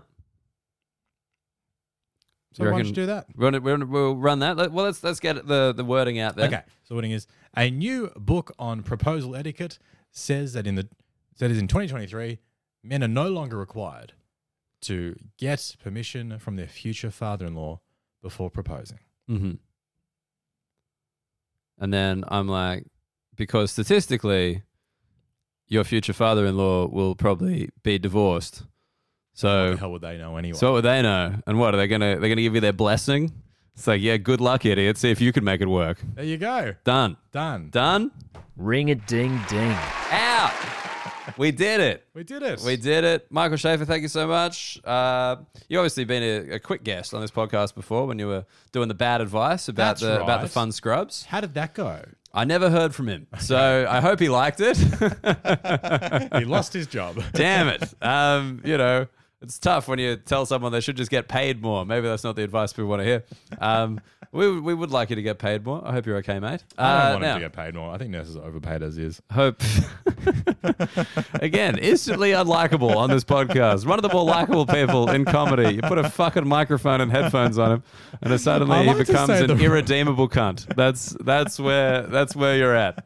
S2: So
S1: You
S2: why
S1: reckon-
S2: don't you do that?
S1: We're gonna, we're gonna, we'll run that. Let- Well, let's let's get the, the wording out there.
S2: Okay. So what it is a new book on proposal etiquette says that in the that is in 2023, men are no longer required to get permission from their future father-in-law before proposing.
S1: Mm-hmm. And then I'm like, because statistically, your future father-in-law will probably be divorced.
S2: The
S1: So,
S2: hell would they know anyway?
S1: Oh. so what would they know? And what are they gonna? They're gonna give you their blessing. It's like, yeah, good luck, idiot. See if you can make it work.
S2: there you go.
S1: Done.
S2: Done.
S1: Done.
S3: Ring a ding ding.
S1: Out. We did it.
S2: We did it.
S1: We did it. Michael Schaefer, thank you so much. Uh, you obviously been a, a quick guest on this podcast before when you were doing the bad advice about
S2: That's
S1: the about the
S2: right.
S1: fun scrubs.
S2: How did
S1: (laughs)
S2: that go?
S1: I never heard from him, so I hope he liked
S2: (laughs)
S1: it.
S2: He lost his job.
S1: Damn it! Um, you know, it's tough when you tell someone they should just get paid more. Maybe that's not the advice people want to hear. Um, we we would like you to get paid more. I hope you're okay, mate. Uh,
S2: (laughs) I don't want
S1: now,
S2: him to get paid more. I think nurses are overpaid as is.
S1: hope (laughs) again instantly unlikable on this podcast. One of the more likable people in comedy. You put a fucking microphone and headphones on him, and then suddenly
S2: I
S1: he
S2: like to
S1: becomes
S2: say
S1: an
S2: the-
S1: irredeemable cunt. That's that's where that's where you're at.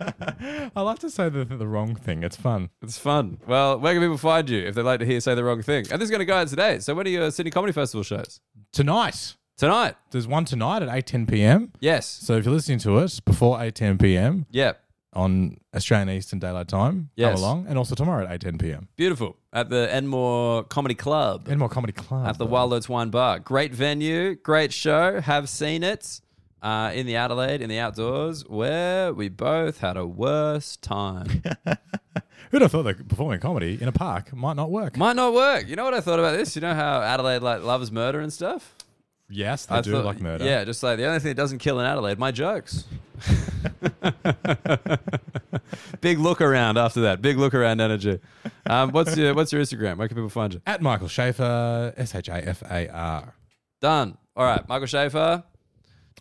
S2: I love to say the, the wrong thing. It's fun.
S1: It's fun. Well, where can people find you if they'd like to hear you say the wrong thing? And this is going to go out today. So when are your Sydney Comedy Festival shows?
S2: Tonight,
S1: Tonight.
S2: there's one tonight at eight ten p.m.
S1: Yes.
S2: So if you're listening to us before eight ten p.m.
S1: Yep.
S2: on Australian Eastern Daylight Time,
S1: Yes.
S2: come along. And also tomorrow at eight ten p.m.
S1: Beautiful. At the Enmore Comedy Club
S2: Enmore Comedy Club.
S1: at the Wild Oats Wine Bar. Great venue. Great show. Have seen it uh, in the Adelaide, in the outdoors, where we both had a worse
S2: (laughs)
S1: time.
S2: Who'd have thought that performing comedy in a park might not work?
S1: Might not work. You know what I thought about this? You know how Adelaide like loves murder and stuff?
S2: Yes, they
S1: I
S2: do
S1: thought-
S2: like murder.
S1: Yeah, just like the only thing that doesn't kill in Adelaide, my
S2: (laughs)
S1: jokes. Big look around after that. Big look around energy. Um, what's your What's your Instagram? Where can people find you?
S2: At Michael Schaefer, S H A F A R.
S1: Done. All right, Michael Schaefer.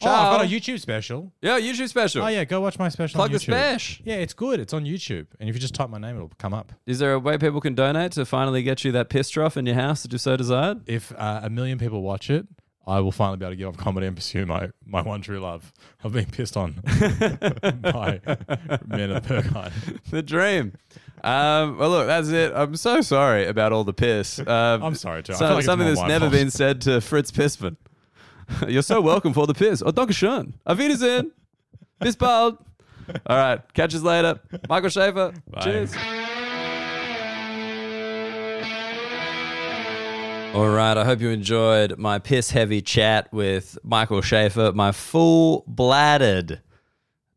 S2: Oh, I've got
S1: Ciao.
S2: a YouTube special.
S1: Yeah, YouTube special.
S2: Oh yeah, go watch my special.
S1: Plug
S2: on
S1: the
S2: YouTube.
S1: spesh.
S2: Yeah, it's good. It's on YouTube, and if you just type my name, it'll come up.
S1: Is there a way people can donate to finally get you that piss trough in your house that you so desired?
S2: If uh, a million people watch it, I will finally be able to give up comedy and pursue my my one true love. I've been pissed on (laughs) by men of Perkine.
S1: the dream. Um, well, look, that's it. I'm so sorry about all the piss. Um,
S2: I'm sorry, too. I
S1: so-
S2: feel like it's
S1: something
S2: more
S1: that's
S2: my
S1: never
S2: fault.
S1: been said to Fritz Pissman. (laughs) You're so welcome for the piss. Oh, danke schön. Auf Wiedersehen. Bis bald. All right. Catch us later. Michael Schaefer. Cheers. All right, I hope you enjoyed my piss heavy chat with Michael Schaefer, my full bladdered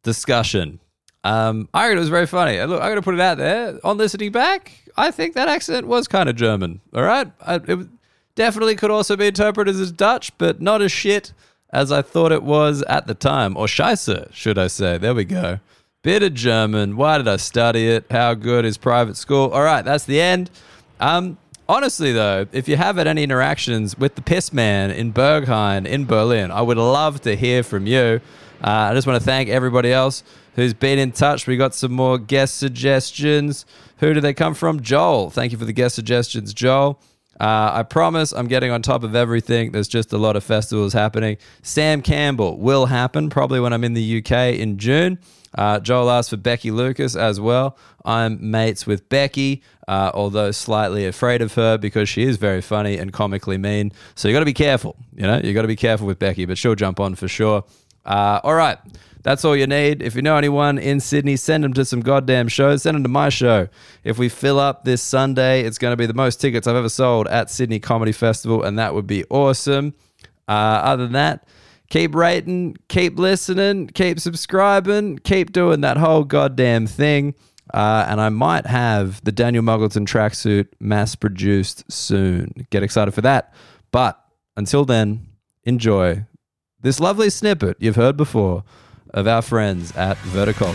S1: discussion. Um, I reckon it was very funny. And Look, I'm going to put it out there. On listening back, I think that accent was kind of German. All right. I, it was- definitely could also be interpreted as Dutch, but not as shit as I thought it was at the time. Or Scheiße, should I say. There we go. Bit of German. Why did I study it? How good is private school? All right. That's the end. Um, honestly, though, if you have had any interactions with the piss man in Berghain in Berlin, I would love to hear from you. Uh, I just want to thank everybody else who's been in touch. We got some more guest suggestions. Who do they come from? Joel. Thank you for the guest suggestions, Joel. Uh, I promise I'm getting on top of everything. There's just a lot of festivals happening. Sam Campbell will happen probably when I'm in the UK in June. Uh, Joel asked for Becky Lucas as well. I'm mates with Becky, uh, although slightly afraid of her because she is very funny and comically mean. So you got to be careful. You know, you got to be careful with Becky, but she'll jump on for sure. Uh, all right. That's all you need. If you know anyone in Sydney, send them to some goddamn shows. Send them to my show. If we fill up this Sunday, it's going to be the most tickets I've ever sold at Sydney Comedy Festival, and that would be awesome. Uh, other than that, keep rating, keep listening, keep subscribing, keep doing that whole goddamn thing. Uh, and I might have the Daniel Muggleton tracksuit mass produced soon. Get excited for that. But until then, enjoy this lovely snippet you've heard before of our friends at Vertical.